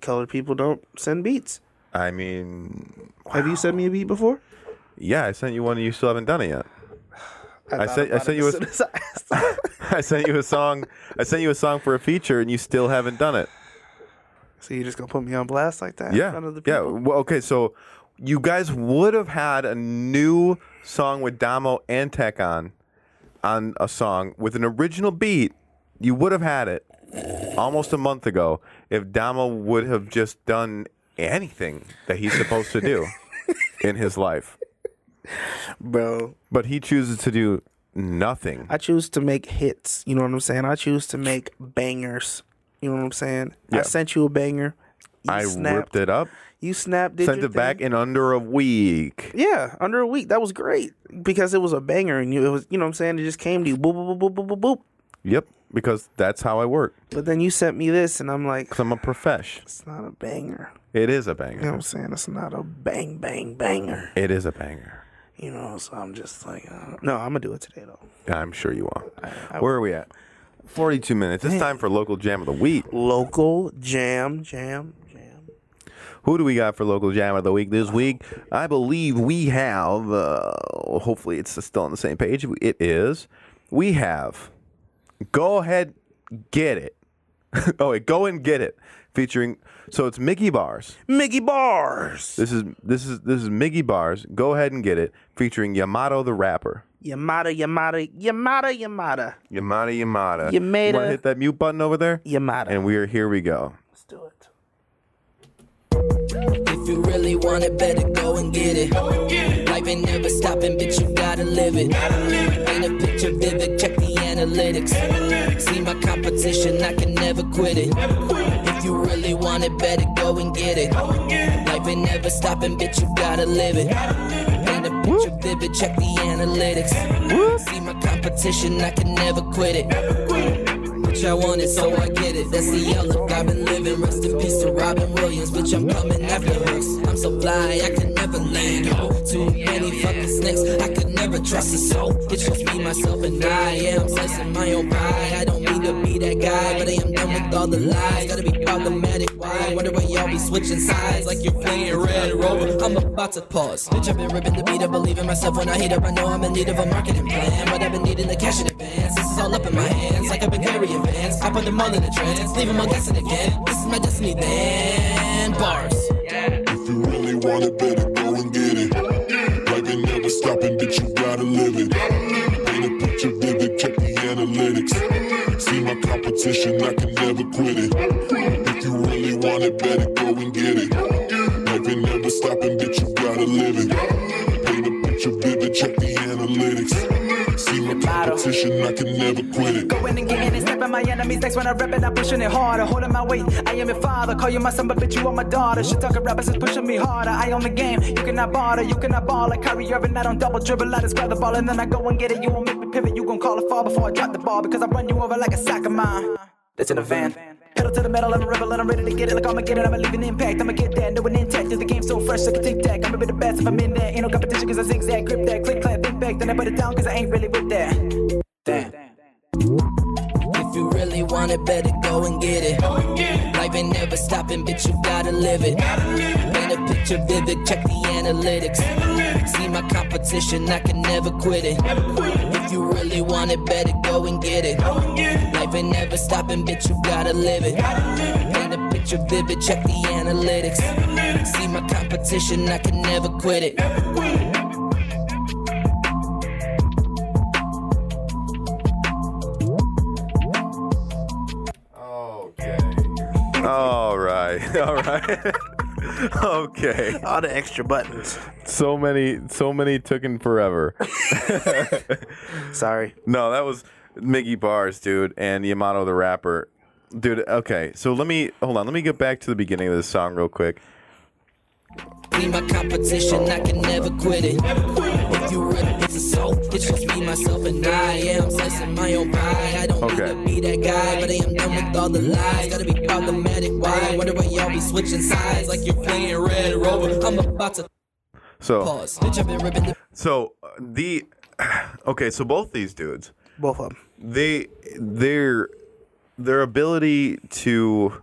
Colored people don't send beats. I mean, Have you sent me a beat before? yeah, I sent you one, and you still haven't done it yet. I thought sent- I about sent it you as a- soon as I asked. I I sent you a song. I sent you a song for a feature, and you still haven't done it. So you're just gonna put me on blast like that? In Yeah. front of the yeah. people? Well, okay, so you guys would have had a new song with Damo and Tech on on a song with an original beat. You would have had it almost a month ago if Damo would have just done anything that he's supposed to do in his life. Bro, But he chooses to do nothing. I choose to make hits. You know what I'm saying? I choose to make bangers. You know what I'm saying? I Yeah. sent you a banger. You I snapped. ripped it up, You snapped. Did sent it your back thing. in under a week. Yeah, under a week. That was great because it was a banger, and you it was. You know what I'm saying? It just came to you. Boop boop boop boop boop boop. boop. Yep, because that's how I work. But then you sent me this, and I'm like, Because I'm a profesh. it's not a banger. It is a You know what banger. I'm saying? It's not a bang bang banger. It is a banger. You know, so I'm just like, uh, no, I'm gonna do it today though. I'm sure you are. Where are we at? 42 minutes. It's time for local jam of the week. Local jam, jam, jam. Who do we got for local jam of the week this week? I believe we have, uh, hopefully it's still on the same page. It is. We have Go Ahead, Get It. oh, wait, Go and Get It featuring, so it's Mickey Bars. Mickey Bars. This is this is this is Mickey Bars. Go ahead and get it featuring Yamato the rapper. Yamada, Yamada, Yamada, Yamada, Yamada Yamada. Yamada. Want to hit that mute button over there? Yamada. And we are here. We go. Let's do it. If you really want it, better go and get it. Life ain't never stopping, bitch, you gotta live it. Paint a picture vivid, check the analytics. See my competition, I can never quit it. If you really want it, better go and get it. Life ain't never stopping, bitch, you gotta live it. Paint a picture vivid, check the analytics. See my competition, I can never quit it. Bitch, I want it, so I get it. That's the outlook I've been living. Rest in peace to Robin Williams. Bitch, I'm coming after hooks. I'm so fly, I can never land. Too many fucking snakes, I could never trust a soul. It's just me, myself, and I. Yeah, I'm slicing my own pride. I don't mean to be that guy, but I am done with all the lies. Gotta be problematic. Why? Wonder why y'all be switching sides like you're playing Red Rover. I'm about to pause. Bitch, I've been ripping the beat up, believing myself when I hit up. I know I'm in need of a marketing plan, but I've been needing the cash in advance. This is all up in my hands, like I've been carrying vans. I put them all in the trance, leave 'em all guessing again. This is my destiny, then bars. If you really want it, better go and get it. Life ain't never stopping, bitch, you gotta live it. Paint a picture vivid, check the analytics. See my competition, I can never quit it. If you really want it, better go and get it. Life ain't never stopping, bitch, you gotta live it. Paint a picture vivid, check the analytics. See my competition, I can never quit it. Going and getting it, stepping my enemies. Next when I rep it, I'm pushing it harder. Holding my weight, I am your father. Call you my son, but bitch, you are my daughter. Shit talking rappers is pushing me harder. I own the game, you cannot bother, you cannot ball. I carry Irving, I don't double dribble, I just grab the ball and then I go and get it. You won't make me pivot, you gon' call a fall before I drop the ball because I run you over like a soccer mom. That's in a van. Pedal to the metal, I'm a rebel and I'm ready to get it. Like I'ma get it, I'ma leave an impact. I'ma get that, no an intact. Is the game so fresh, I can take that. I'ma be the best if I'm in there. Ain't no competition cause I zigzag, grip that, click, clap, think back. Then I put it down cause I ain't really with that. Damn. If you really want it, better go and get it. Life ain't never stopping, bitch, you gotta live it. Paint a picture vivid, check the analytics. See my competition, I can never quit it. If you really want it, better go and get it. Life ain't never stopping, bitch, you gotta live it. Paint a picture vivid, check the analytics. See my competition, I can never quit it. All right. All right. okay. All the extra buttons. So many, so many took in forever. Sorry. No, that was Mickey Bars, dude, and Yamato the rapper. Dude, okay. So let me hold on. Let me get back to the beginning of this song real quick. Be my competition, I can never quit it. If you really it's a soul, it's just me, myself, and I. Yeah, I'm slicing my own pie. I don't Okay. need to be that guy, but I am done with all the lies. Gotta be problematic, why? Wonder why y'all be switching sides like you're playing Red Rover. I'm about to So, pause. Bitch, I've been ripping the so uh, the okay. So both these dudes, Both of them. they their their ability to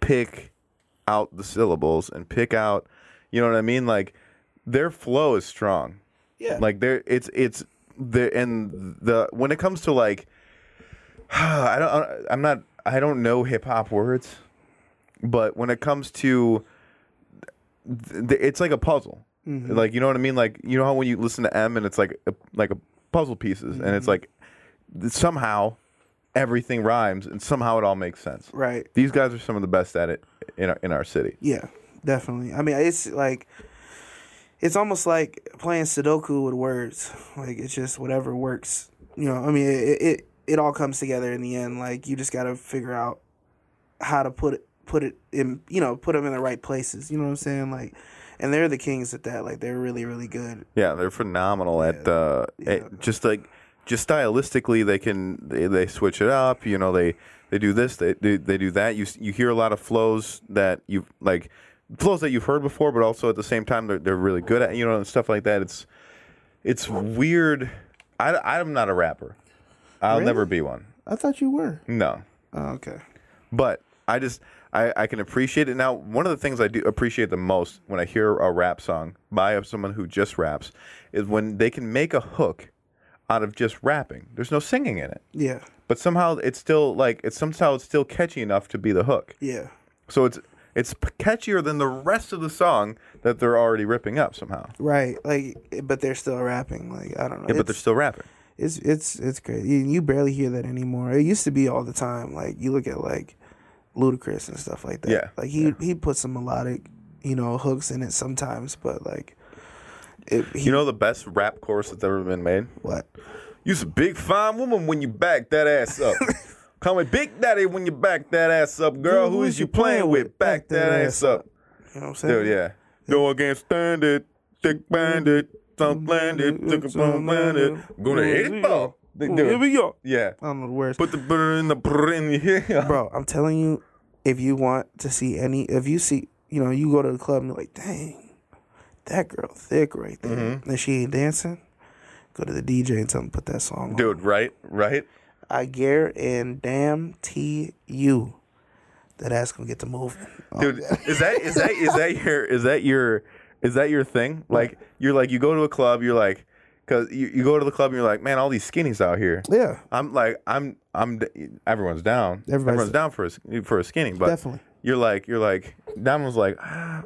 pick out the syllables and pick out, you know what I mean? Like their flow is strong. Yeah. Like there, it's it's the and the when it comes to like, I don't, I'm not, I don't know hip hop words, but when it comes to, th- th- it's like a puzzle. Like you know what I mean? Like you know how when you listen to M and it's like a, like a puzzle pieces and it's like th- somehow everything rhymes and somehow it all makes sense. Right. These guys are some of the best at it in our, in our city. Yeah, definitely. I mean, it's like it's almost like playing Sudoku with words. Like it's just whatever works. You know, I mean, it it, it all comes together in the end. Like you just got to figure out how to put it put it in. You know, put them in the right places. You know what I'm saying? Like, and they're the kings at that. Like they're really really good. Yeah, they're phenomenal at uh, at just like just stylistically they can they, they switch it up. You know they they do this they do, they do that. You s- you hear a lot of flows that you like flows that you've heard before, but also at the same time they're they're really good at you know and stuff like that. It's it's weird. I am not a rapper. I'll never be one. I thought you were. No, Oh, okay. but I just I, I can appreciate it now. One of the things I do appreciate the most when I hear a rap song by someone who just raps is when they can make a hook out of just rapping. There's no singing in it, Yeah. but somehow it's still like it's somehow it's still catchy enough to be the hook. Yeah. So it's it's p- catchier than the rest of the song that they're already ripping up somehow. Right. Like, but they're still rapping. Like I don't know. Yeah, but It's- they're still rapping. it's it's it's crazy. And you barely hear that anymore. It used to be all the time. Like you look at like Ludacris and stuff like that. Yeah, Like he he put some melodic, you know, hooks in it sometimes, but like it, he, You know the best rap chorus that's ever been made. what? You's a big fine woman when you back that ass up. Call me Big Daddy when you back that ass up, girl. Who is you playing with? Back that ass up, You know what I'm saying? dude. Yeah. Go against standard, thick bandit, some landed, took a bomb landed. Gonna hit it, bro. Here we Dude, go. yeah. I don't know the words. Put the burr in the brr in the yeah. bro, I'm telling you, if you want to see any, if you see, you know, you go to the club and you're like, dang, that girl thick right there, Mm-hmm. and she ain't dancing. Go to the DJ and tell him to put that song on. Dude, right, right. I guarantee you that ass gonna get to moving. Dude, is that is that is that your is that your is that your thing? Like you're like you go to a club, you're like, cause you, you go to the club and you're like, man, all these skinnies out here. Yeah, I'm like I'm I'm d- everyone's down. Everybody's- everyone's down for a s- for a skinny, but Definitely. You're like you're like Diamond's like ah,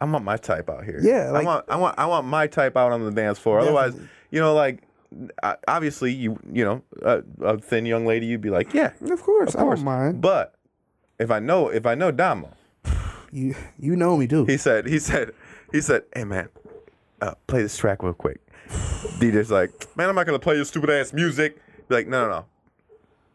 I want my type out here. Yeah, I like- want I want I want my type out on the dance floor. Otherwise, Definitely. you know, like I- obviously you you know a, a thin young lady, you'd be like, yeah, of course. I course. don't mind. But if I know if I know Damo, you you know me, dude. he said he said he said, hey man, uh, play this track real quick. DJ's like, man, I'm not gonna play your stupid ass music. Be like, no, no, no.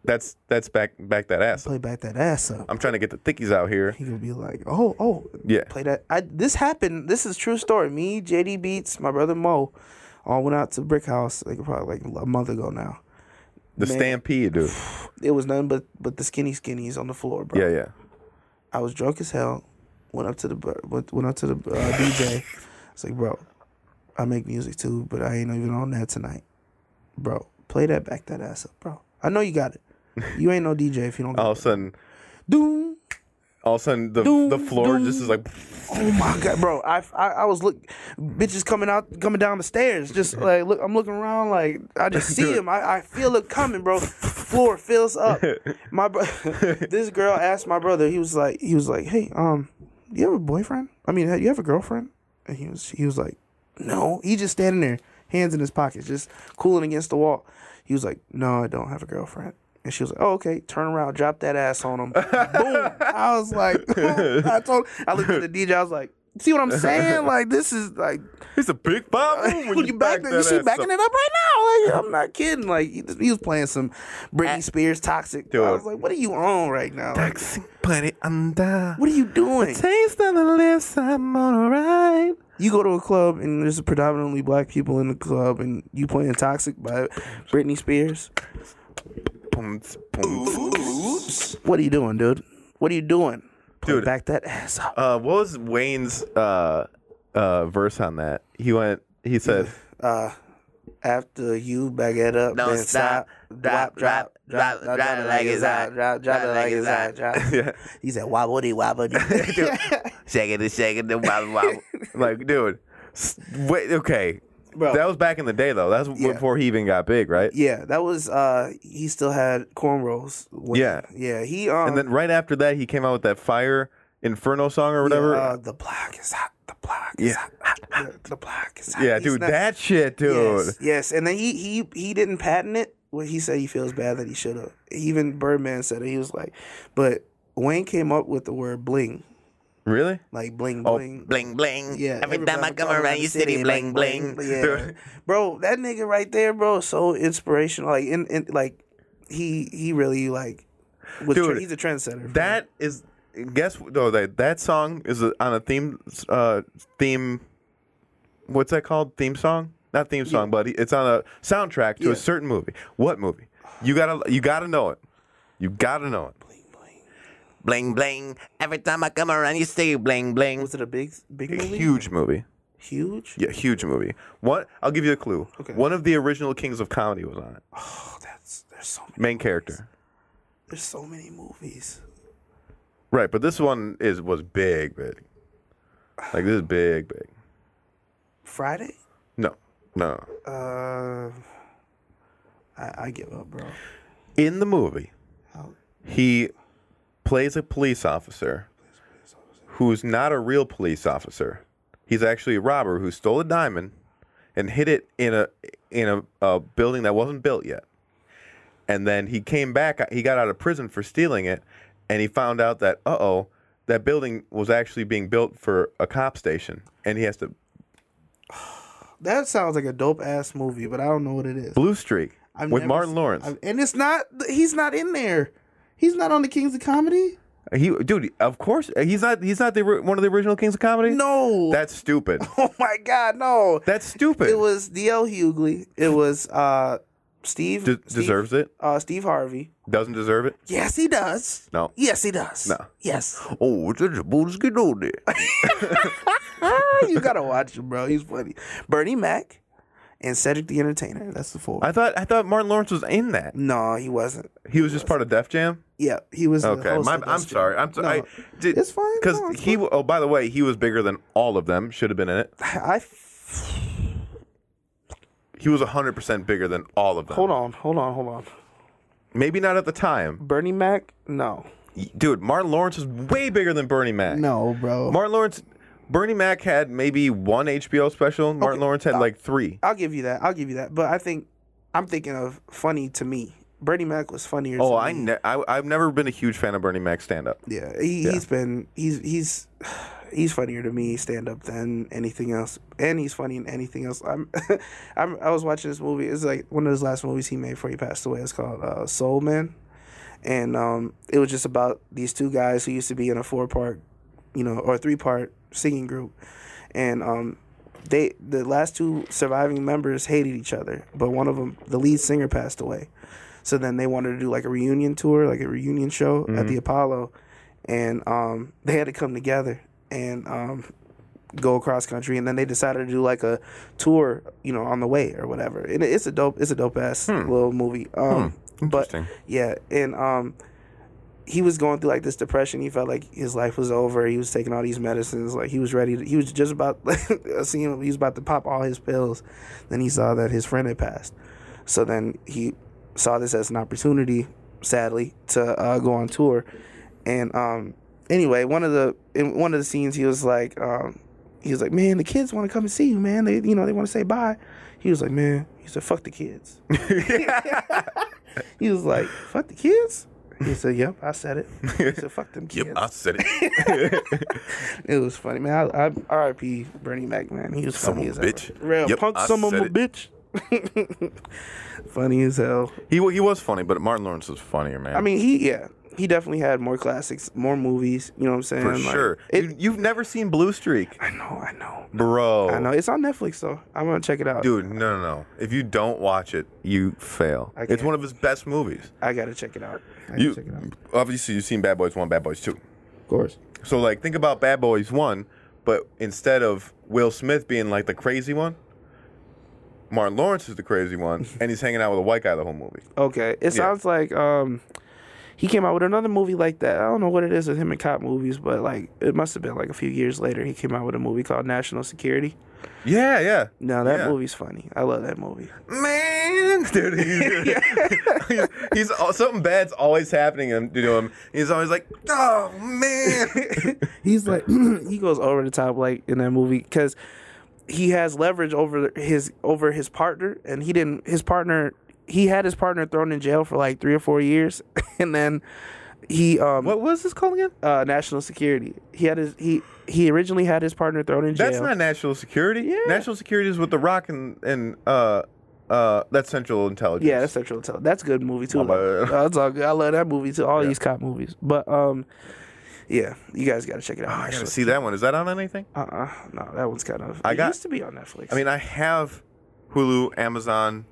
That's that's back back that ass. up. Play back that ass up. I'm trying to get the thickies out here. He gonna be like, oh oh, Yeah. Play that. I this happened. This is true story. Me, JD Beats, my brother Mo, all went out to Brick House like probably like a month ago now. The Man. stampede, dude. It was nothing but but the skinny skinnies on the floor, bro. Yeah, yeah. I was drunk as hell. Went up to the bar- went, went up to the uh, DJ. It's like, bro, I make music too, but I ain't even on that tonight, bro. Play that back that ass up, bro. I know you got it. You ain't no DJ if you don't. All Got of a it. sudden, Doom. all of a sudden, the the Doom, floor doom. just is like, Oh my god, bro! I, I, I was look, bitches coming out, coming down the stairs. Just like look, I'm looking around, like I just see them. I, I feel it coming, bro. Floor fills up. My bro, this girl asked my brother. He was like, he was like, hey, um, you have a boyfriend? I mean, you have a girlfriend? And he was, he was like, no. He just standing there, hands in his pockets, just cooling against the wall. He was like, no, I don't have a girlfriend. And she was like, "Oh, okay." Turn around, drop that ass on him. Boom! I was like, "Oh, I told, I looked at the DJ. I was like, "See what I'm saying? Like this is like It's a big pop when you, you back, back you that see ass backing up. it up right now. Like, I'm not kidding. Like he, he was playing some Britney Spears toxic. I was like, what are you on right now? Like, Put it under. what are you doing? Taste of the lips, I'm alright. You go to a club and there's predominantly black people in the club, and you playing toxic by Britney Spears. Boom, boom. What are you doing, dude? What are you doing? Play Dude. back that ass up. Uh, what was Wayne's uh, uh, verse on that? He went. He said, After you back it up, Don't then stop. stop. Drop, drop, drop, drop it like it's hot. Drop, drop it like it's hot. Drop. Yeah. He said, "Wobbly, wobbly." Shake it, shake it, wow, wow. "Like, dude, s- wait, okay." Bro. That was back in the day, though. That's Yeah. before he even got big, right? Yeah, that was uh he still had cornrows. when- Yeah. Yeah, he um And then right after that, he came out with that Fire Inferno song or whatever. uh, the block is hot. The block is hot. Yeah, the block is hot. yeah, He's dude, not- that shit, dude. Yes, yes. And then he he he didn't patent it. Well, he said he feels bad that he should have. Even Birdman said it. He was like, but Wayne came up with the word bling, Really? like bling Oh, bling. Bling, bling. Yeah. Every time I come around your city, bling, bling. Yeah. bro, that nigga right there, bro, is so inspirational. Like in, in like he he really like was Dude, tra- he's a trendsetter. for That is. Guess though that that song is a- on a theme. Uh, theme. What's that called? Theme song? Not theme song, but it's on a soundtrack to Yeah. a certain movie. What movie? You gotta you gotta know it. You gotta know it. Bling, bling. Every time I come around your city, bling, me. bling. was it a big big A movie? huge movie. Huge? Yeah, huge movie. One. I'll give you a clue. Okay. One of the original Kings of Comedy was on it. Oh, that's there's so many Main character. there's so many movies. Right, but this one is was big, big. Like this is big, big. Friday? No, no. Uh I, I give up, bro. In the movie, How- he plays a police officer who's not a real police officer. He's actually a robber who stole a diamond and hid it in a in a, a building that wasn't built yet. And then he came back. He got out of prison for stealing it, and he found out that uh oh, that building was actually being built for a cop station, and he has to That sounds like a dope ass movie, but I don't know what it is. Blue Streak I've with never Martin seen- Lawrence. I've- and it's not he's not in there. He's not on the Kings of Comedy? He, dude, of course, he's not. He's not the ori- one of the original Kings of Comedy. No. that's stupid. Oh my God, no. That's stupid. It was D.L. Hughley. It was uh, Steve, De- Steve- deserves it. Uh, Steve Harvey. Doesn't deserve it. Yes, he does. No. Yes, he does. No. Yes. Oh, it's supposed to get on there. you gotta watch him, bro. He's funny. Bernie Mac and Cedric the Entertainer. That's the four. I thought. I thought Martin Lawrence was in that. no, he wasn't. He was just part of Def Jam. Yeah, he was. the Okay, host my, of Dust I'm Jam. sorry. I'm sorry. No, it's fine. Because No, it's he. w- Oh, by the way, he was bigger than all of them. Should have been in it. I f- He was 100 percent bigger than all of them. hold on, hold on, hold on. Maybe not at the time, Bernie Mac? No, Y- dude. Martin Lawrence is way bigger than Bernie Mac. no, bro. Martin Lawrence. Bernie Mac had maybe one HBO special. Martin Lawrence had like three. I'll give you that. I'll give you that. But I think I'm thinking of funny to me. Bernie Mac was funnier. Oh, to I, me. ne- I I've never been a huge fan of Bernie Mac stand up. Yeah, he, he's been he's he's he's funnier to me stand up than anything else, and he's funny in anything else. I'm, I'm I was watching this movie. It's like one of his last movies he made before he passed away. It's called uh, Soul Man, and um, it was just about these two guys who used to be in a four part, you know, or three part singing group, and um, they the last two surviving members hated each other, but one of them, the lead singer, passed away. So then they wanted to do like a reunion tour, like a reunion show at the Apollo, and um, they had to come together and um, go across country. And then they decided to do like a tour, you know, on the way or whatever. And it- it's a dope, it's a dope ass little movie. Um, Hmm. But Interesting. yeah, and um, he was going through like this depression. He felt like his life was over. He was taking all these medicines. Like he was ready. To, he was just about seeing he was about to pop all his pills. Then he saw that his friend had passed. So then he saw this as an opportunity, sadly, to uh, go on tour. And um, anyway, one of the in one of the scenes, he was like, um, he was like, man, the kids want to come and see you, man. They you know they want to say bye. He was like, man, he said, fuck the kids. He was like, fuck the kids? He said, yep, I said it. He said, fuck them kids. Yep, I said it. It was funny, man. I, I R.I.P. Bernie Mac, man. He was Some funny of as a ever. bitch. Real Yep, punk, I some of said them a it. bitch. funny as hell. He wa- he was funny, but Martin Lawrence was funnier, man. I mean, he yeah, he definitely had more classics, more movies. You know what I'm saying? for Like, sure. It, you, you've never seen Blue Streak, I know, I know, Oh. bro. I know. It's on Netflix though. I'm gonna check it out, Dude, no, no, no. If you don't watch it, you fail. I It's can't. one of his best movies. I gotta check it out. I gotta You check it out. Of obviously you've seen Bad Boys One, Bad Boys Two. course. So like, think about Bad Boys One, but instead of Will Smith being like the crazy one, Martin Lawrence is the crazy one, and he's hanging out with a white guy the whole movie. Okay. It sounds like um, he came out with another movie like that. I don't know what it is with him and cop movies, but like it must have been like a few years later. He came out with a movie called National Security. Yeah, yeah. Now that Yeah. movie's funny. I love that movie. man, dude. He's, he's, he's al- something bad's always happening to him- to him. He's always like, oh man. He's like he goes over the top like in that movie because he has leverage over his over his partner and he didn't his partner he had his partner thrown in jail for like three or four years and then he um what was this called again? uh national security he had his he he originally had his partner thrown in jail That's not national security. Yeah. National security is with the Rock and and uh uh that's central intelligence. yeah that's central intelligence that's a good movie too My bad. Uh, that's all good. I love that movie too all these cop movies but um yeah you guys got to check it out Oh, I gotta actually. see that one. Is that on anything? uh uh no that one's kind of I it got- used to be on Netflix I mean, I have Hulu, Amazon,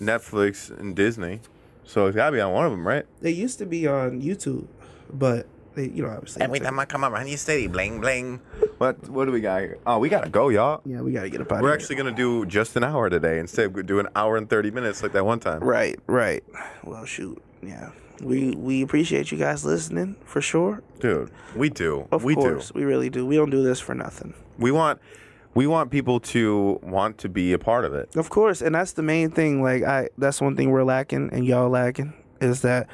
Netflix, and Disney, so it's gotta be on one of them, right? They used to be on YouTube, but they, you know, obviously. Every time I come around your city, bling bling. What What do we got here? Oh, we gotta go, y'all. yeah, we gotta get up out We're of actually gonna do just an hour today instead of do an hour and thirty minutes like that one time. here. right, right. Well, shoot, yeah. We we appreciate you guys listening for sure. Dude, we do. Of we course, do. we really do. We don't do this for nothing. We want we want people to want to be a part of it. Of course, and that's the main thing. Like I, that's one thing we're lacking, and y'all lacking is that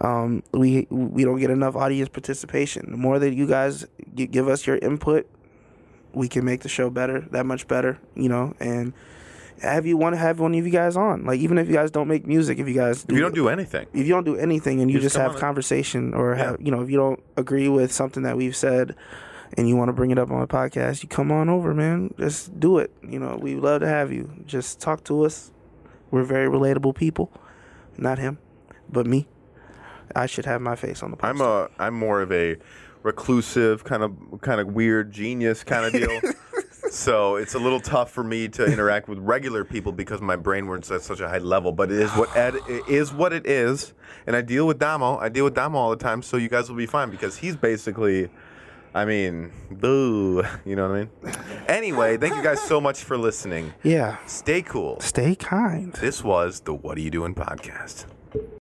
um, we we don't get enough audience participation. The more that you guys gi- give us your input, we can make the show better, that much better, you know. And have you want to have one of you guys on? Like even if you guys don't make music, if you guys do, If you don't do anything, if you don't do anything and you, just just, come have on it. conversation or have you know if you don't agree with something that we've said and you want to bring it up on the podcast you come on over man just do it you know we love to have you just talk to us we're very relatable people not him but me i should have my face on the podcast I'm a I'm more of a reclusive kind of kind of weird genius kind of deal. so it's a little tough for me to interact with regular people because my brain works at such a high level. But it is what ed, it is what it is, and I deal with Damo. I deal with Damo all the time, so you guys will be fine because he's basically. I mean, boo. You know what I mean? Anyway, thank you guys so much for listening. yeah Stay cool. stay kind This was the What Are You Doing podcast.